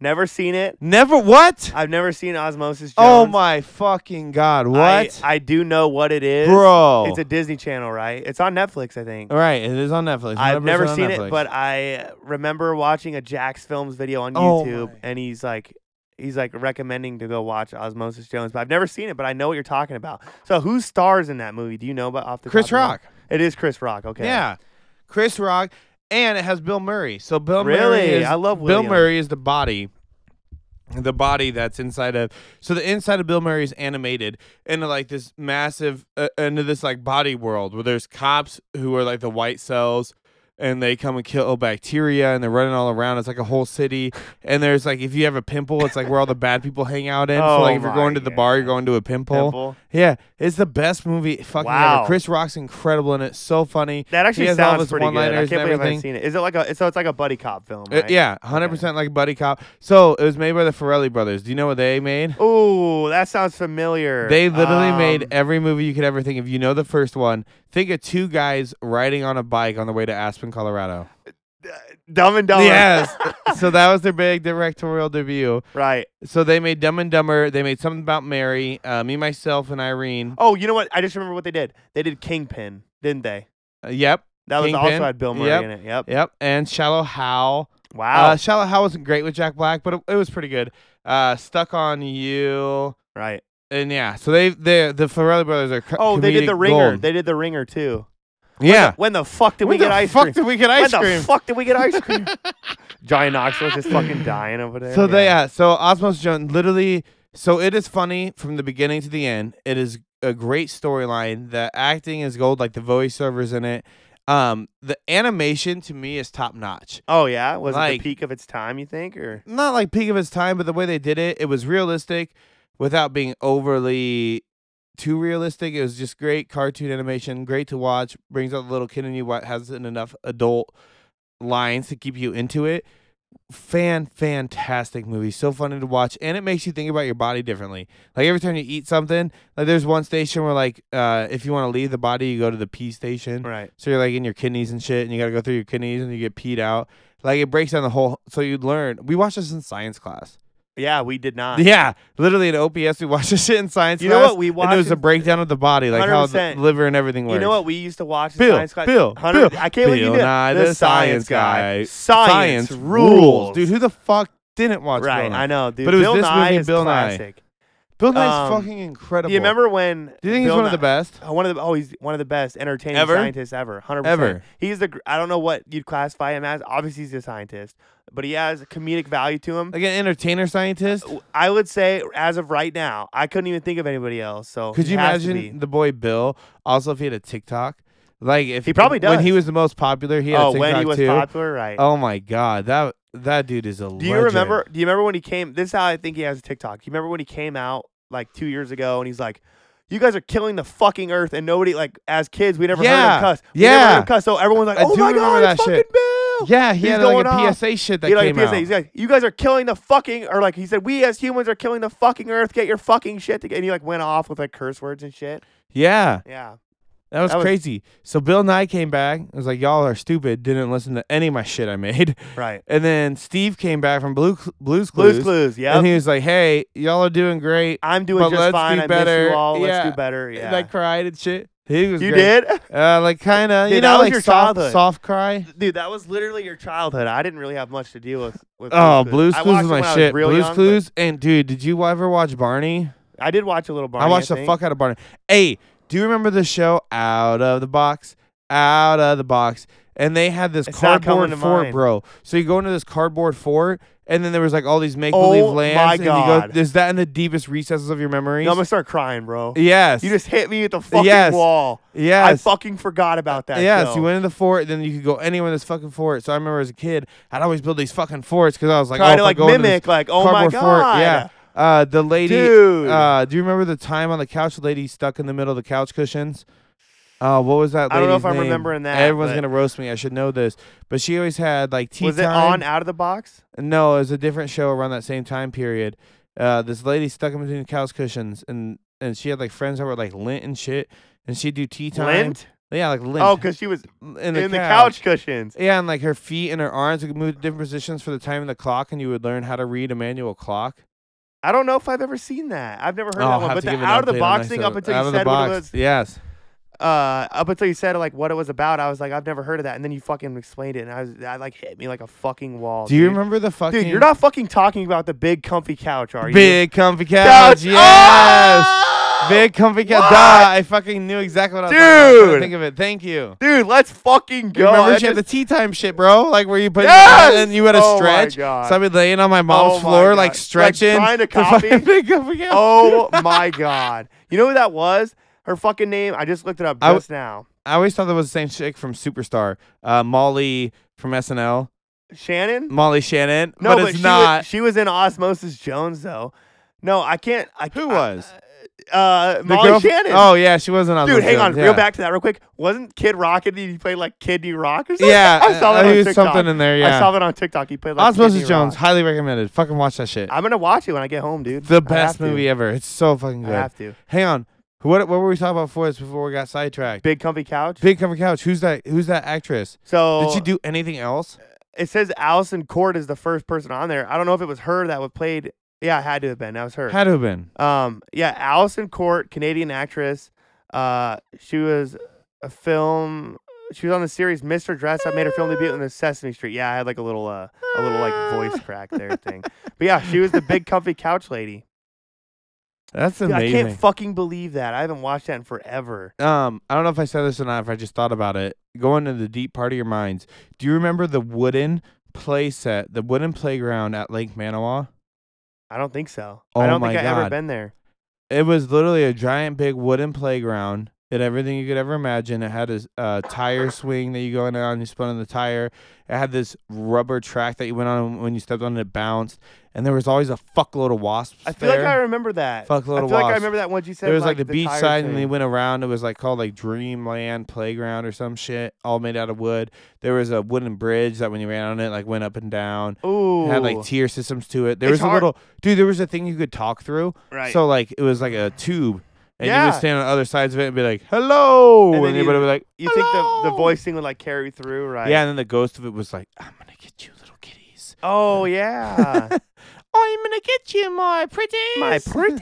Speaker 1: Never seen it.
Speaker 2: Never what?
Speaker 1: I've never seen Osmosis Jones.
Speaker 2: Oh my fucking god! What?
Speaker 1: I, I do know what it is,
Speaker 2: bro.
Speaker 1: It's a Disney Channel, right? It's on Netflix, I think.
Speaker 2: All right, it is on Netflix.
Speaker 1: I've
Speaker 2: 100%
Speaker 1: never
Speaker 2: on
Speaker 1: seen
Speaker 2: Netflix.
Speaker 1: it, but I remember watching a Jax Films video on
Speaker 2: Oh
Speaker 1: YouTube,
Speaker 2: my.
Speaker 1: and he's like, he's like recommending to go watch Osmosis Jones, but I've never seen it, but I know what you're talking about. So who stars in that movie? Do you know about off the top
Speaker 2: Chris
Speaker 1: of your-
Speaker 2: Rock.
Speaker 1: It is Chris Rock. Okay.
Speaker 2: Yeah. Chris Rock. And it has Bill Murray. So Bill Murray
Speaker 1: Really?
Speaker 2: is
Speaker 1: I love
Speaker 2: Bill
Speaker 1: William.
Speaker 2: Murray is the body. The body that's inside of so the inside of Bill Murray is animated into like this massive uh, into this like body world where there's cops who are like the white cells and they come and kill bacteria and they're running all around. It's like a whole city and there's like if you have a pimple, it's like where all the bad people hang out in. so
Speaker 1: Oh
Speaker 2: like if you're
Speaker 1: my
Speaker 2: going to the bar, you're
Speaker 1: God.
Speaker 2: going to a pimple.
Speaker 1: Temple.
Speaker 2: Yeah, it's the best movie fucking
Speaker 1: Wow.
Speaker 2: ever. Chris Rock's incredible in it. So funny.
Speaker 1: That actually
Speaker 2: He has all
Speaker 1: sounds
Speaker 2: his
Speaker 1: pretty good. I
Speaker 2: one-liners
Speaker 1: can't
Speaker 2: and
Speaker 1: believe I
Speaker 2: everything.
Speaker 1: haven't seen it. Is it like a? So it's like a buddy cop film.
Speaker 2: Uh,
Speaker 1: Right?
Speaker 2: yeah, 100% like a buddy cop. So it was made by the Farrelly brothers. Do you know what they made?
Speaker 1: Ooh, that sounds familiar.
Speaker 2: They literally made e-
Speaker 1: Um,
Speaker 2: every movie you could ever think of. You know the first one. Think of two guys riding on a bike on the way to Aspen, Colorado.
Speaker 1: Dumb and Dumber.
Speaker 2: Yes. so that was their big directorial debut.
Speaker 1: Right.
Speaker 2: So they made Dumb and Dumber. They made something about Mary, uh, me, myself, and Irene.
Speaker 1: Oh, you know what? I just remember what they did. They did Kingpin, didn't they?
Speaker 2: Uh, yep,
Speaker 1: That was
Speaker 2: Kingpin?
Speaker 1: also had Bill Murray
Speaker 2: Yep.
Speaker 1: in it. Yep.
Speaker 2: yep. And Shallow Hal.
Speaker 1: Wow.
Speaker 2: Uh, Shallow How wasn't great with Jack Black, but it, it was pretty good. Uh, Stuck on You,
Speaker 1: right.
Speaker 2: and yeah. So they they the Farrelly brothers are. Co-
Speaker 1: Oh, they did the
Speaker 2: comedic
Speaker 1: ringer.
Speaker 2: gold.
Speaker 1: They did the ringer too.
Speaker 2: yeah.
Speaker 1: When the fuck did
Speaker 2: When
Speaker 1: we get
Speaker 2: the
Speaker 1: ice
Speaker 2: fuck
Speaker 1: cream?
Speaker 2: did we get
Speaker 1: when
Speaker 2: ice
Speaker 1: the
Speaker 2: cream?
Speaker 1: fuck did we get ice cream? Johnny Knoxville's just fucking dying over there.
Speaker 2: so they
Speaker 1: Yeah.
Speaker 2: uh, so Osmos Jones literally. So it is funny from the beginning to the end. It is a great storyline. The acting is gold. Like the voiceovers in it. Um, the animation to me is top notch.
Speaker 1: Oh yeah, was it
Speaker 2: like-
Speaker 1: the peak of its time? You think or?
Speaker 2: not like peak of its time, but the way they did it, it was realistic without being overly too realistic. It was just great cartoon animation, great to watch, brings out the little kid in you, what hasn't enough adult lines to keep you into it. Fan, fantastic movie. So funny to watch, and it makes you think about your body differently. Like every time you eat something, like there's one station where like uh, if you want to leave the body, you go to the pee station.
Speaker 1: Right.
Speaker 2: So you're like in your kidneys and shit, and you gotta go through your kidneys and you get peed out. Like it breaks down the whole. So you learn. We watched this in science class.
Speaker 1: Yeah, we did not.
Speaker 2: Yeah, literally in OPS we watched this shit in science
Speaker 1: You know
Speaker 2: class.
Speaker 1: what we
Speaker 2: And
Speaker 1: watched
Speaker 2: it was a
Speaker 1: in-
Speaker 2: breakdown of the body, like how the
Speaker 1: 100%.
Speaker 2: liver and everything works.
Speaker 1: You know what we used to watch? in
Speaker 2: Bill,
Speaker 1: science class?
Speaker 2: Bill,
Speaker 1: Hunter-
Speaker 2: Bill,
Speaker 1: I can't believe you
Speaker 2: Bill
Speaker 1: did.
Speaker 2: Nye, the science guy.
Speaker 1: Science, rules,
Speaker 2: dude. Who the fuck didn't watch?
Speaker 1: right,
Speaker 2: Bill Nye?
Speaker 1: I know, dude.
Speaker 2: But it was
Speaker 1: Bill
Speaker 2: this
Speaker 1: Nye
Speaker 2: movie,
Speaker 1: is
Speaker 2: Bill Nye.
Speaker 1: classic.
Speaker 2: Bill Nye's
Speaker 1: Um,
Speaker 2: fucking incredible.
Speaker 1: Do you remember when?
Speaker 2: Do you
Speaker 1: Bill
Speaker 2: think he's one
Speaker 1: Nye-
Speaker 2: of the best?
Speaker 1: Uh, One of the oh, he's one of the best entertaining
Speaker 2: Ever?
Speaker 1: scientists ever. Hundred
Speaker 2: Ever.
Speaker 1: percent. He's the gr- I don't know what you'd classify him as. Obviously, he's a scientist, but he has comedic value to him.
Speaker 2: Like an entertainer scientist?
Speaker 1: I would say, as of right now, I couldn't even think of anybody else. So
Speaker 2: Could
Speaker 1: he
Speaker 2: you
Speaker 1: has to
Speaker 2: imagine
Speaker 1: be.
Speaker 2: the boy Bill? Also, if he had a TikTok, like if
Speaker 1: He probably
Speaker 2: when he
Speaker 1: does.
Speaker 2: was the most popular, he had a
Speaker 1: Oh,
Speaker 2: TikTok
Speaker 1: when he was
Speaker 2: too.
Speaker 1: popular, right?
Speaker 2: Oh my god, that that dude is a.
Speaker 1: do you remember? Do you remember when he came? This is how I think he has a TikTok. You remember when he came out like two years ago, and he's like. You guys are killing the fucking earth, and nobody like as kids we never heard
Speaker 2: Yeah,
Speaker 1: him cuss. We never heard
Speaker 2: yeah.
Speaker 1: him cuss. So everyone's like,
Speaker 2: I
Speaker 1: "Oh
Speaker 2: do
Speaker 1: my
Speaker 2: remember
Speaker 1: god,
Speaker 2: that
Speaker 1: it's fucking
Speaker 2: shit.
Speaker 1: Bill!"
Speaker 2: Yeah, he
Speaker 1: He's
Speaker 2: had like
Speaker 1: going
Speaker 2: a
Speaker 1: off.
Speaker 2: PSA shit that
Speaker 1: He had,
Speaker 2: came
Speaker 1: like, a
Speaker 2: out.
Speaker 1: PSA. He's like, you guys are killing the fucking, or like he said, we as humans are killing the fucking earth. Get your fucking shit together. And he like went off with like curse words and shit.
Speaker 2: yeah,
Speaker 1: Yeah.
Speaker 2: that was
Speaker 1: That was-
Speaker 2: crazy. So Bill Nye came back. and was like, y'all are stupid. Didn't listen to any of my shit I made.
Speaker 1: Right.
Speaker 2: And then Steve came back from Blue Cl- Blue's Clues,
Speaker 1: Blues Clues.
Speaker 2: and
Speaker 1: Yeah.
Speaker 2: he was like, hey, y'all are doing great.
Speaker 1: I'm doing
Speaker 2: But
Speaker 1: just
Speaker 2: let's
Speaker 1: fine.
Speaker 2: do
Speaker 1: I miss
Speaker 2: better.
Speaker 1: you all. Let's do
Speaker 2: Yeah.
Speaker 1: better. Yeah.
Speaker 2: And I cried and shit. He was
Speaker 1: you
Speaker 2: great.
Speaker 1: did,
Speaker 2: Uh, like kind of,
Speaker 1: Dude,
Speaker 2: you
Speaker 1: that
Speaker 2: know,
Speaker 1: was
Speaker 2: like
Speaker 1: your
Speaker 2: soft,
Speaker 1: childhood.
Speaker 2: soft cry.
Speaker 1: dude. That was literally your childhood. I didn't really have much to deal with. with
Speaker 2: Oh, Blues
Speaker 1: I
Speaker 2: Clues
Speaker 1: watched it
Speaker 2: is my
Speaker 1: when I was
Speaker 2: shit.
Speaker 1: real
Speaker 2: Blues
Speaker 1: young, but
Speaker 2: Clues and dude, did you ever watch Barney?
Speaker 1: I did watch a little Barney.
Speaker 2: I watched the
Speaker 1: think.
Speaker 2: fuck out of Barney. Hey, do you remember the show Out of the Box? Out of the Box, and they had this
Speaker 1: It's not coming
Speaker 2: cardboard
Speaker 1: to
Speaker 2: fort,
Speaker 1: mind.
Speaker 2: bro. So you go into this cardboard fort, and then there was like all these make believe
Speaker 1: Oh my
Speaker 2: lands. and you go-
Speaker 1: God.
Speaker 2: is that in the deepest recesses of your memories?
Speaker 1: No, I'm gonna start crying, bro.
Speaker 2: yes.
Speaker 1: You just hit me at the fucking
Speaker 2: Yes.
Speaker 1: wall.
Speaker 2: yes.
Speaker 1: I fucking forgot about that.
Speaker 2: Yes,
Speaker 1: show.
Speaker 2: you went in the fort, then you could go anywhere in this fucking fort. So I remember as a kid, I'd always build these fucking forts because I was like, oh,
Speaker 1: trying to
Speaker 2: if I
Speaker 1: like
Speaker 2: go into this
Speaker 1: mimic, like, oh my
Speaker 2: cardboard
Speaker 1: god,
Speaker 2: fort, yeah. Uh, the lady,
Speaker 1: Dude.
Speaker 2: Uh, do you remember the time on the couch? The lady stuck in the middle of the couch cushions. Uh, what was that?
Speaker 1: I don't know
Speaker 2: lady's
Speaker 1: if I'm
Speaker 2: name?
Speaker 1: remembering that,
Speaker 2: Everyone's
Speaker 1: but-
Speaker 2: gonna roast me. I should know this, but she always had like tea
Speaker 1: Was it
Speaker 2: time.
Speaker 1: on Out of the Box?
Speaker 2: No, it was a different show around that same time period. Uh, this lady stuck in between the couch cushions, and and she had like friends that were like lint and shit, and she'd do tea time.
Speaker 1: Lint?
Speaker 2: Yeah, like lint.
Speaker 1: Oh, because she was
Speaker 2: in
Speaker 1: in
Speaker 2: the,
Speaker 1: the, couch. cushions.
Speaker 2: Yeah, and like her feet and her arms would move to different positions for the time and the clock, and you would learn how to read a manual clock.
Speaker 1: I don't know if I've ever seen that. I've never heard
Speaker 2: I'll
Speaker 1: that one.
Speaker 2: have
Speaker 1: But
Speaker 2: to
Speaker 1: the
Speaker 2: give an
Speaker 1: out of the
Speaker 2: update on
Speaker 1: box
Speaker 2: that
Speaker 1: thing
Speaker 2: show.
Speaker 1: up until
Speaker 2: Out
Speaker 1: you
Speaker 2: of the
Speaker 1: said what it
Speaker 2: box,
Speaker 1: was.
Speaker 2: Yes.
Speaker 1: uh, up until you said like what it was about, I was like, I've never heard of that, and then you fucking explained it, and I was, I like hit me like a fucking wall.
Speaker 2: Do you
Speaker 1: dude.
Speaker 2: remember the fucking
Speaker 1: Dude, you're not fucking talking about the big comfy couch, are you?
Speaker 2: big comfy couch? Yes.
Speaker 1: Oh!
Speaker 2: Big comfy couch.
Speaker 1: What?
Speaker 2: Duh, I fucking knew exactly what I was talking about. I couldn't
Speaker 1: Dude.
Speaker 2: think of it. Thank you.
Speaker 1: Dude, let's fucking go.
Speaker 2: Remember
Speaker 1: I
Speaker 2: she had the
Speaker 1: just-
Speaker 2: tea time shit, bro? Like where you put
Speaker 1: Yes!
Speaker 2: and you had a
Speaker 1: Oh my
Speaker 2: stretch.
Speaker 1: God.
Speaker 2: So I'd be laying on my
Speaker 1: Oh
Speaker 2: mom's
Speaker 1: my
Speaker 2: floor,
Speaker 1: God.
Speaker 2: like
Speaker 1: Like,
Speaker 2: stretching.
Speaker 1: trying to
Speaker 2: fucking
Speaker 1: copy?
Speaker 2: big comfy couch.
Speaker 1: oh my god. You know who that was? Her fucking name. I just looked it up
Speaker 2: I w-
Speaker 1: just now.
Speaker 2: I always thought that was the same chick from Superstar, uh, Molly from SNL,
Speaker 1: Shannon.
Speaker 2: Molly Shannon.
Speaker 1: No,
Speaker 2: but
Speaker 1: but,
Speaker 2: it's
Speaker 1: she
Speaker 2: not.
Speaker 1: Was, she was in Osmosis Jones though. No, I can't. I,
Speaker 2: Who
Speaker 1: I-
Speaker 2: was?
Speaker 1: uh,
Speaker 2: The
Speaker 1: Molly
Speaker 2: girl-
Speaker 1: Shannon.
Speaker 2: Oh yeah, she wasn't on.
Speaker 1: Dude,
Speaker 2: those
Speaker 1: hang on.
Speaker 2: shows,
Speaker 1: Go
Speaker 2: yeah.
Speaker 1: back to that real quick. Wasn't Kid Rock and he played like Kidney Rock or something?
Speaker 2: Yeah,
Speaker 1: I saw that
Speaker 2: uh,
Speaker 1: on
Speaker 2: he was
Speaker 1: TikTok.
Speaker 2: something in there. Yeah,
Speaker 1: I saw that on TikTok. He played like
Speaker 2: Osmosis
Speaker 1: Kidney
Speaker 2: Jones,
Speaker 1: Rock.
Speaker 2: highly recommended. Fucking watch that shit.
Speaker 1: I'm gonna watch it when I get home, dude. I
Speaker 2: the
Speaker 1: have
Speaker 2: best
Speaker 1: to.
Speaker 2: movie ever. It's so fucking
Speaker 1: I
Speaker 2: good.
Speaker 1: have to.
Speaker 2: Hang on. What what were we talking about before this? Before we got sidetracked.
Speaker 1: Big comfy couch.
Speaker 2: Big cover couch. Who's that? Who's that actress?
Speaker 1: So
Speaker 2: Did she do anything else?
Speaker 1: it says Allison Cord is the first person on there. I don't know if it was her that was played. Yeah, it had to have been. That was her.
Speaker 2: Had to have been.
Speaker 1: Um, yeah, Allison Court, Canadian actress. Uh, she was a film. She was on the series Mr. Dress Up. Made her film debut in the Sesame Street. Yeah, I had like a little, uh, a little like voice crack there thing. But yeah, she was the big comfy couch lady.
Speaker 2: That's
Speaker 1: Dude, I
Speaker 2: amazing.
Speaker 1: can't fucking believe that. I haven't watched that in forever.
Speaker 2: um, I don't know if I said this or not. If I just thought about it, go into the deep part of your minds. Do you remember the wooden play set, the wooden playground at Lake Manawa?
Speaker 1: I don't think so.
Speaker 2: Oh
Speaker 1: I don't
Speaker 2: my
Speaker 1: think I've ever
Speaker 2: God.
Speaker 1: been there.
Speaker 2: It was literally a giant, big wooden playground. It had everything you could ever imagine. It had a s- uh, tire swing that you go in on, you spun on the tire. It had this rubber track that you went on, and when you stepped on it, it bounced. And there was always a fuckload of wasps.
Speaker 1: I feel
Speaker 2: there.
Speaker 1: like I remember that.
Speaker 2: Fuck
Speaker 1: I
Speaker 2: little
Speaker 1: feel like I
Speaker 2: wasps.
Speaker 1: remember that once you said
Speaker 2: there was like,
Speaker 1: like,
Speaker 2: the, beach
Speaker 1: tire
Speaker 2: side, and they
Speaker 1: thing.
Speaker 2: went around. It was like called like Dreamland Playground or some shit, all made out of wood. There was a wooden bridge that when you ran on it, like went up and down.
Speaker 1: Ooh,
Speaker 2: It had like tier systems to it. There
Speaker 1: It's
Speaker 2: was a
Speaker 1: hard-
Speaker 2: little dude. There was a thing you could talk through.
Speaker 1: right.
Speaker 2: So like it was like a tube, and you
Speaker 1: Yeah.
Speaker 2: would stand on the other sides of it and be like, "Hello,"
Speaker 1: And
Speaker 2: and,
Speaker 1: then
Speaker 2: everybody
Speaker 1: you-
Speaker 2: would be like,
Speaker 1: you think the the
Speaker 2: "Hello."
Speaker 1: voicing would like carry through, right?
Speaker 2: Yeah, and then the ghost of it was like, "I'm gonna get you, little kitties.
Speaker 1: Oh yeah.
Speaker 2: I'm gonna get you, my pretty,
Speaker 1: My pretty.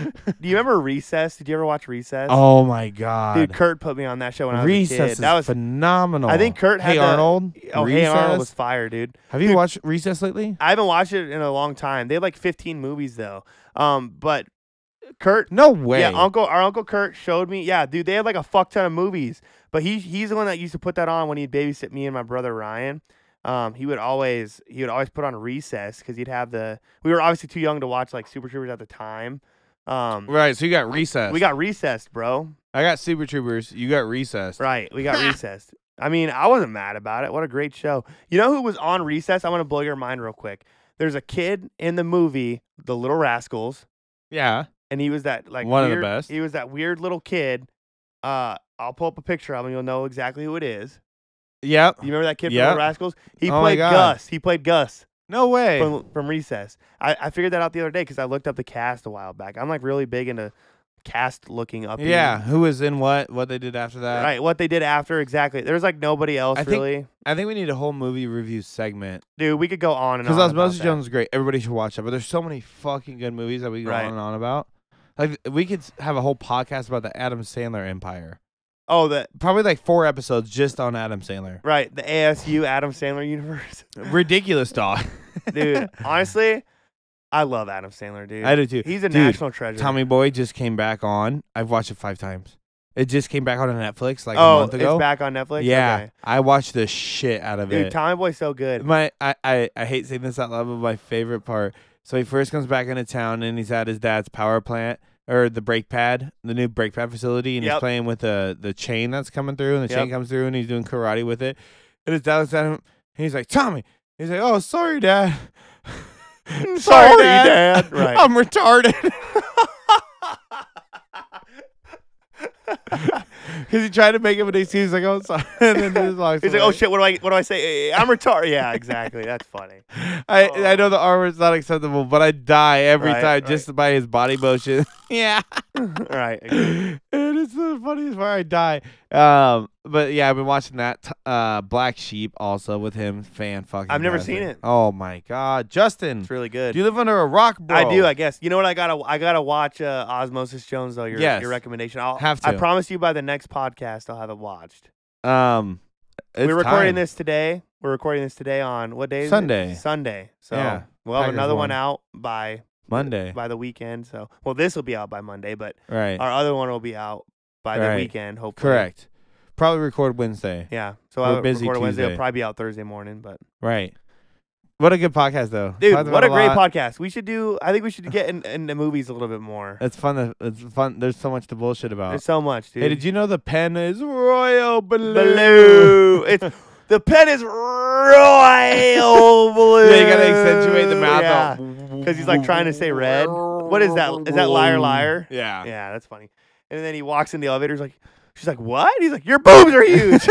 Speaker 1: Do you remember Recess? Did you ever watch Recess?
Speaker 2: Oh my god,
Speaker 1: Dude, Kurt put me on that show when I was
Speaker 2: Recess
Speaker 1: a kid.
Speaker 2: is
Speaker 1: that was
Speaker 2: phenomenal.
Speaker 1: I think Kurt had
Speaker 2: Hey
Speaker 1: the-
Speaker 2: Arnold.
Speaker 1: oh,
Speaker 2: Recess.
Speaker 1: Hey Arnold was fire, dude.
Speaker 2: Have you
Speaker 1: dude.
Speaker 2: watched Recess lately?
Speaker 1: I haven't watched it in a long time. They had like 15 movies though. Um, but Kurt,
Speaker 2: No way.
Speaker 1: yeah, Uncle our Uncle Kurt showed me. Yeah, dude, they had like a fuck ton of movies. But he he's the one that used to put that on when he'd babysit me and my brother Ryan. Um, he would always he would always put on Recess because he'd have the. We were obviously too young to watch like Super Troopers at the time. Um,
Speaker 2: Right. So you got Recess.
Speaker 1: we got recessed, bro.
Speaker 2: I got Super Troopers. You got Recess.
Speaker 1: Right, we got recessed. I mean, I wasn't mad about it. What a great show. You know who was on recess? I want to blow your mind real quick. There's a kid in the movie The Little Rascals,
Speaker 2: Yeah.
Speaker 1: and he was that like
Speaker 2: One of the
Speaker 1: weird-
Speaker 2: best.
Speaker 1: He was that weird little kid. Uh, I'll pull up a picture of him. You'll know exactly who it is.
Speaker 2: Uh, Yep.
Speaker 1: You remember that kid
Speaker 2: Yeah.
Speaker 1: from Little Rascals? He
Speaker 2: Oh my
Speaker 1: played
Speaker 2: God.
Speaker 1: Gus. He played Gus
Speaker 2: No way.
Speaker 1: from, from Recess. I, I figured that out the other day because I looked up the cast a while back. I'm like really big into cast looking up.
Speaker 2: yeah. Who was in what? What they did after that?
Speaker 1: right, what they did after exactly. There was like nobody else
Speaker 2: I think-
Speaker 1: really.
Speaker 2: I think we need a whole movie review segment
Speaker 1: Dude, we could go on and on.
Speaker 2: because
Speaker 1: Because
Speaker 2: Osmosis Jones is great. Everybody should watch it. But there's so many fucking good movies that we go
Speaker 1: Right.
Speaker 2: on and on about. Like we could s- have a whole podcast about the Adam Sandler Empire.
Speaker 1: Oh, the
Speaker 2: Probably like four episodes just on Adam Sandler.
Speaker 1: right, the ASU Adam Sandler universe.
Speaker 2: Ridiculous dog.
Speaker 1: dude, honestly, I love Adam Sandler, dude.
Speaker 2: I do too.
Speaker 1: He's a
Speaker 2: Dude,
Speaker 1: national treasure.
Speaker 2: Tommy Boy just came back on. I've watched it five times. It just came back on Netflix like
Speaker 1: oh,
Speaker 2: a month ago.
Speaker 1: it's back on Netflix.
Speaker 2: Yeah,
Speaker 1: Okay.
Speaker 2: I watched the shit out of
Speaker 1: dude,
Speaker 2: it.
Speaker 1: Tommy Boy's so good.
Speaker 2: my I, I I hate saying this out loud, but my favorite part. So he first comes back into town and he's at his dad's power plant or the brake pad, the new brake pad facility, and he's
Speaker 1: Yep.
Speaker 2: playing with uh, the the chain that's coming through, and the chain
Speaker 1: Yep.
Speaker 2: comes through, and he's doing karate with it. And his dad looks at him, and he's like, "Tommy," he's like, "Oh, sorry, dad." sorry,
Speaker 1: Sorry, Dad. Right.
Speaker 2: I'm retarded. Because he tried to make him an excuse, like, oh, sorry. And then he just walks
Speaker 1: He's like,
Speaker 2: away.
Speaker 1: oh shit, what do I what do I say? Eh, I'm retarded. yeah, exactly. That's funny.
Speaker 2: I, I
Speaker 1: Oh.
Speaker 2: know the armor is not acceptable, but I die every
Speaker 1: Right,
Speaker 2: time
Speaker 1: right.
Speaker 2: just by his body motion. yeah.
Speaker 1: All right.
Speaker 2: and it's the funniest part. I die. Um, but yeah, I've been watching that. T- uh, Black Sheep also with him. Fan fucking.
Speaker 1: I've never seen
Speaker 2: fantastic.
Speaker 1: it.
Speaker 2: Oh my god, Justin,
Speaker 1: It's really good.
Speaker 2: do you live under a rock, bro?
Speaker 1: I do, I guess. You know what? I gotta, I gotta watch uh, Osmosis Jones though. Your,
Speaker 2: Yes.
Speaker 1: your recommendation. I'll
Speaker 2: Have
Speaker 1: I
Speaker 2: to.
Speaker 1: promise you by the next next podcast, I'll have it watched.
Speaker 2: Um, it's
Speaker 1: We're recording
Speaker 2: time.
Speaker 1: this today. We're recording this today on what day? is it?
Speaker 2: Sunday.
Speaker 1: Sunday. So
Speaker 2: Yeah,
Speaker 1: we'll have
Speaker 2: Packers
Speaker 1: another one
Speaker 2: won.
Speaker 1: out by
Speaker 2: Monday,
Speaker 1: by the weekend. So well, this will be out by Monday, but
Speaker 2: right?
Speaker 1: our other one will be out by the
Speaker 2: Right.
Speaker 1: weekend. Hopefully,
Speaker 2: Correct. Probably record Wednesday,
Speaker 1: Yeah. So
Speaker 2: We're
Speaker 1: I'll
Speaker 2: busy
Speaker 1: record it Wednesday. It'll
Speaker 2: Tuesday.
Speaker 1: probably be out Thursday morning, but.
Speaker 2: right? What a good podcast, though,
Speaker 1: Dude,
Speaker 2: Talked
Speaker 1: what
Speaker 2: about
Speaker 1: a great
Speaker 2: lot.
Speaker 1: podcast. We should do I think we should get in, in the movies a little bit more.
Speaker 2: It's fun. To, it's fun. There's so much to bullshit about.
Speaker 1: There's so much, dude.
Speaker 2: Hey, did you know the pen is royal blue?
Speaker 1: Blue. It's the pen is royal blue.
Speaker 2: yeah, you gotta accentuate the mouth
Speaker 1: Yeah.
Speaker 2: because
Speaker 1: he's, like, trying to say red. What is that? Is that liar, liar?
Speaker 2: Yeah.
Speaker 1: Yeah, that's funny. And then he walks in the elevator. He's like, she's like, what? He's like, your boobs are huge.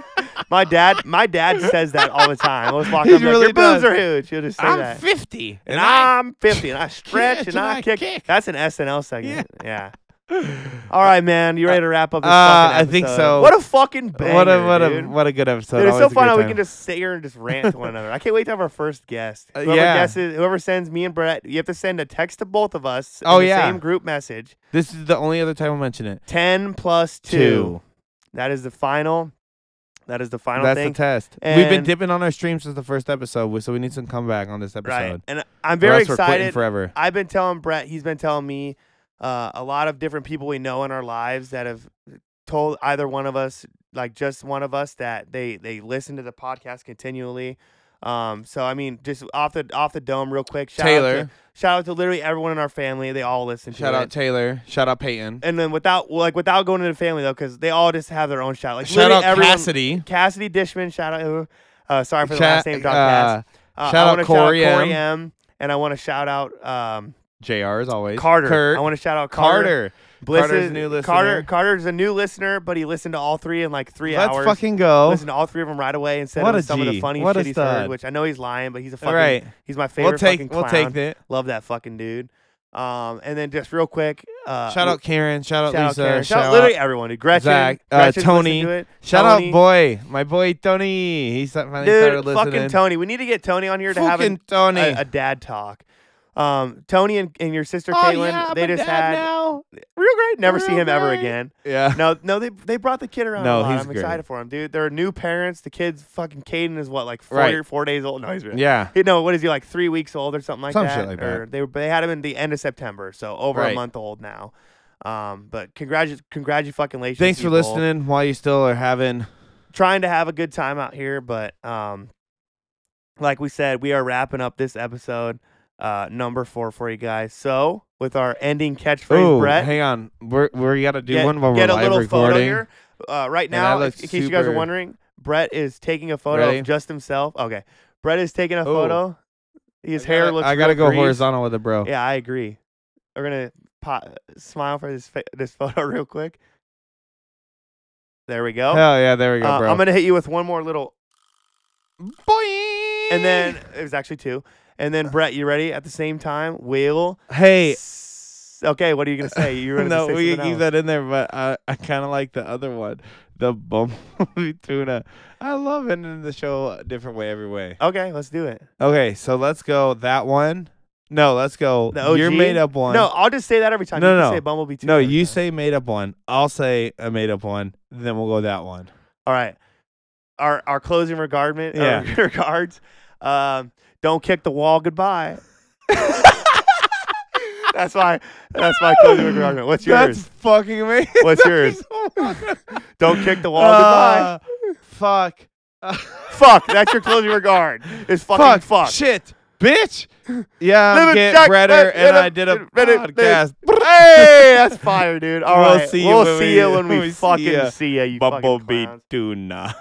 Speaker 1: my dad, my dad says that all the time. Let's walk
Speaker 2: He
Speaker 1: up.
Speaker 2: really
Speaker 1: Really your boobs
Speaker 2: does.
Speaker 1: are huge. He'll just say
Speaker 2: I'm
Speaker 1: that.
Speaker 2: 50, and,
Speaker 1: and
Speaker 2: I.
Speaker 1: I'm 50, and I stretch and, I, kick. Oh, That's an SNL segment. Yeah. All right, man. You ready to wrap up this
Speaker 2: Uh,
Speaker 1: fucking
Speaker 2: I think
Speaker 1: episode?
Speaker 2: so.
Speaker 1: What a fucking banger,
Speaker 2: what a what
Speaker 1: dude.
Speaker 2: a what a good episode.
Speaker 1: Dude, it's so
Speaker 2: Always a
Speaker 1: fun
Speaker 2: great
Speaker 1: how we
Speaker 2: time.
Speaker 1: can just sit here and just rant to one another. I can't wait to have our first guest.
Speaker 2: Uh,
Speaker 1: Whoever
Speaker 2: yeah.
Speaker 1: guesses, whoever sends me and Brett, you have to send a text to both of us. in
Speaker 2: Oh,
Speaker 1: the
Speaker 2: yeah.
Speaker 1: same group message.
Speaker 2: This is the only other time I'll mention it.
Speaker 1: Ten plus two.
Speaker 2: Two.
Speaker 1: That is the final. That is the final
Speaker 2: That's
Speaker 1: thing.
Speaker 2: the test. We've been
Speaker 1: And-
Speaker 2: dipping on our stream since the first episode, we- so we need some comeback on this episode.
Speaker 1: right, and I'm
Speaker 2: Or
Speaker 1: very
Speaker 2: else we're quitting
Speaker 1: excited.
Speaker 2: forever.
Speaker 1: I've been telling Brett. He's been telling me uh, a lot of different people we know in our lives that have told either one of us, like just one of us, that they they listen to the podcast continually. Um, so I mean, just off the off the dome, real quick. Shout out to-
Speaker 2: Taylor,
Speaker 1: Shout out to literally everyone in our family. They all listen to
Speaker 2: shout
Speaker 1: it.
Speaker 2: out Taylor, shout out Peyton,
Speaker 1: and then without like without going into the family though, because they all just have their own shout. Like
Speaker 2: shout
Speaker 1: literally
Speaker 2: out
Speaker 1: everyone,
Speaker 2: Cassidy,
Speaker 1: Cassidy Dishman. Shout out. Uh, sorry for the
Speaker 2: Cha-
Speaker 1: last name, Dog
Speaker 2: uh,
Speaker 1: Cass. Uh,
Speaker 2: shout
Speaker 1: I
Speaker 2: out
Speaker 1: wanna
Speaker 2: Corey
Speaker 1: shout out Corey
Speaker 2: M.
Speaker 1: M. And I want to shout out um,
Speaker 2: Jr. as always,
Speaker 1: Carter.
Speaker 2: Kurt,
Speaker 1: I want to shout out Carter.
Speaker 2: Carter.
Speaker 1: Bliss
Speaker 2: Carter's
Speaker 1: is-
Speaker 2: new listener.
Speaker 1: Carter Carter's a new listener, but he listened to all three in like three
Speaker 2: Let's
Speaker 1: hours.
Speaker 2: fucking go.
Speaker 1: Listened to all three of them right away and said
Speaker 2: What
Speaker 1: it
Speaker 2: a
Speaker 1: was some of
Speaker 2: G.
Speaker 1: the funniest
Speaker 2: What a
Speaker 1: shit he's heard.
Speaker 2: stud.
Speaker 1: Which I know he's lying, but he's a
Speaker 2: All
Speaker 1: fucking
Speaker 2: right,
Speaker 1: he's my favorite
Speaker 2: we'll take
Speaker 1: fucking
Speaker 2: we'll
Speaker 1: clown.
Speaker 2: take that.
Speaker 1: Love that fucking dude. Um, and then just real quick, uh,
Speaker 2: Shout out Karen, shout out
Speaker 1: shout out
Speaker 2: Lisa,
Speaker 1: Karen.
Speaker 2: shout out
Speaker 1: literally everyone. Dude. Gretchen,
Speaker 2: Zach, uh,
Speaker 1: Gretchen's listened
Speaker 2: Tony.
Speaker 1: to it.
Speaker 2: Shout
Speaker 1: Tony.
Speaker 2: out boy, my boy Tony. He sa- finally started
Speaker 1: dude,
Speaker 2: listening.
Speaker 1: fucking Tony. We need to get Tony on here to have
Speaker 2: Fucking
Speaker 1: an-
Speaker 2: Tony.
Speaker 1: a, a dad talk. Um, Tony and, and your sister
Speaker 2: Oh,
Speaker 1: Caitlin,
Speaker 2: yeah, I'm
Speaker 1: they
Speaker 2: a
Speaker 1: just
Speaker 2: dad
Speaker 1: had
Speaker 2: now.
Speaker 1: real great. Never see
Speaker 2: Real
Speaker 1: him ever
Speaker 2: great.
Speaker 1: again.
Speaker 2: Yeah.
Speaker 1: No, no, they they brought the kid around.
Speaker 2: No,
Speaker 1: a lot.
Speaker 2: he's
Speaker 1: I'm
Speaker 2: great.
Speaker 1: excited for him, dude. They're new parents. The kid's fucking Caden is what like four
Speaker 2: Right.
Speaker 1: year- four days old. No, he's really.
Speaker 2: Yeah.
Speaker 1: You know what is he like three weeks old or something like
Speaker 2: Some
Speaker 1: that?
Speaker 2: shit like that.
Speaker 1: Or they were- they had him in the end of September, so over
Speaker 2: Right.
Speaker 1: a month old now. Um, but congrats, congrats, fucking
Speaker 2: Thanks for listening while you still are having
Speaker 1: Trying to have a good time out here, but um, like we said, we are wrapping up this episode, uh, number four for you guys. So with our ending catchphrase,
Speaker 2: Ooh,
Speaker 1: Brett,
Speaker 2: Hang on. We're we gotta do
Speaker 1: get,
Speaker 2: one while
Speaker 1: get
Speaker 2: we're
Speaker 1: a
Speaker 2: live
Speaker 1: little
Speaker 2: recording.
Speaker 1: photo here. Uh, right
Speaker 2: And I
Speaker 1: now,
Speaker 2: look
Speaker 1: if- in case you guys are
Speaker 2: super-
Speaker 1: wondering, Brett is taking a photo
Speaker 2: Ready?
Speaker 1: of just himself. Okay, Brett is taking a photo. His
Speaker 2: I
Speaker 1: hair
Speaker 2: gotta,
Speaker 1: looks.
Speaker 2: I gotta
Speaker 1: real
Speaker 2: go
Speaker 1: greased.
Speaker 2: horizontal with it, bro.
Speaker 1: Yeah, I agree. We're gonna po- smile for this fa- this photo real quick. There we go.
Speaker 2: Hell yeah, there we go,
Speaker 1: Uh,
Speaker 2: bro.
Speaker 1: I'm gonna hit you with one more little,
Speaker 2: Boing!
Speaker 1: and then it was actually two. And then Brett, you ready? At the same time, wheel.
Speaker 2: hey.
Speaker 1: S- okay, what are you gonna say? You were gonna
Speaker 2: no,
Speaker 1: say
Speaker 2: we can
Speaker 1: something
Speaker 2: keep
Speaker 1: else.
Speaker 2: that in there, but I, I kind of like the other one, the bumblebee tuna. I love ending the show a different way every way.
Speaker 1: Okay, let's do it.
Speaker 2: Okay, so let's go that one. No, let's go.
Speaker 1: The
Speaker 2: Your
Speaker 1: OG?
Speaker 2: made up one.
Speaker 1: No, I'll just say that every time.
Speaker 2: No,
Speaker 1: you can
Speaker 2: no.
Speaker 1: say Bumblebee too.
Speaker 2: no,
Speaker 1: every
Speaker 2: you
Speaker 1: time.
Speaker 2: say made up one. I'll say a made up one. Then we'll go that one.
Speaker 1: All right. Our our closing regardment or
Speaker 2: Yeah.
Speaker 1: regards. Um, don't kick the wall. Goodbye. that's my that's my closing regardment. What's
Speaker 2: That's
Speaker 1: yours?
Speaker 2: fucking amazing. Oh
Speaker 1: What's yours? Don't kick the wall. goodbye.
Speaker 2: Uh, Fuck. Uh,
Speaker 1: Fuck. That's your closing regard. It's fucking fuck.
Speaker 2: Shit. Bitch. Yeah, I'm
Speaker 1: Living
Speaker 2: Get
Speaker 1: Jack-
Speaker 2: Redder,
Speaker 1: Red-
Speaker 2: and
Speaker 1: Red-
Speaker 2: I did a
Speaker 1: Red- Red-
Speaker 2: podcast.
Speaker 1: Hey, that's fire, dude. All
Speaker 2: We'll
Speaker 1: right.
Speaker 2: see you
Speaker 1: we'll
Speaker 2: when
Speaker 1: see
Speaker 2: we-
Speaker 1: you when we,
Speaker 2: we see
Speaker 1: fucking
Speaker 2: ya.
Speaker 1: see you. You fucking
Speaker 2: Bumblebee
Speaker 1: clowns.
Speaker 2: tuna.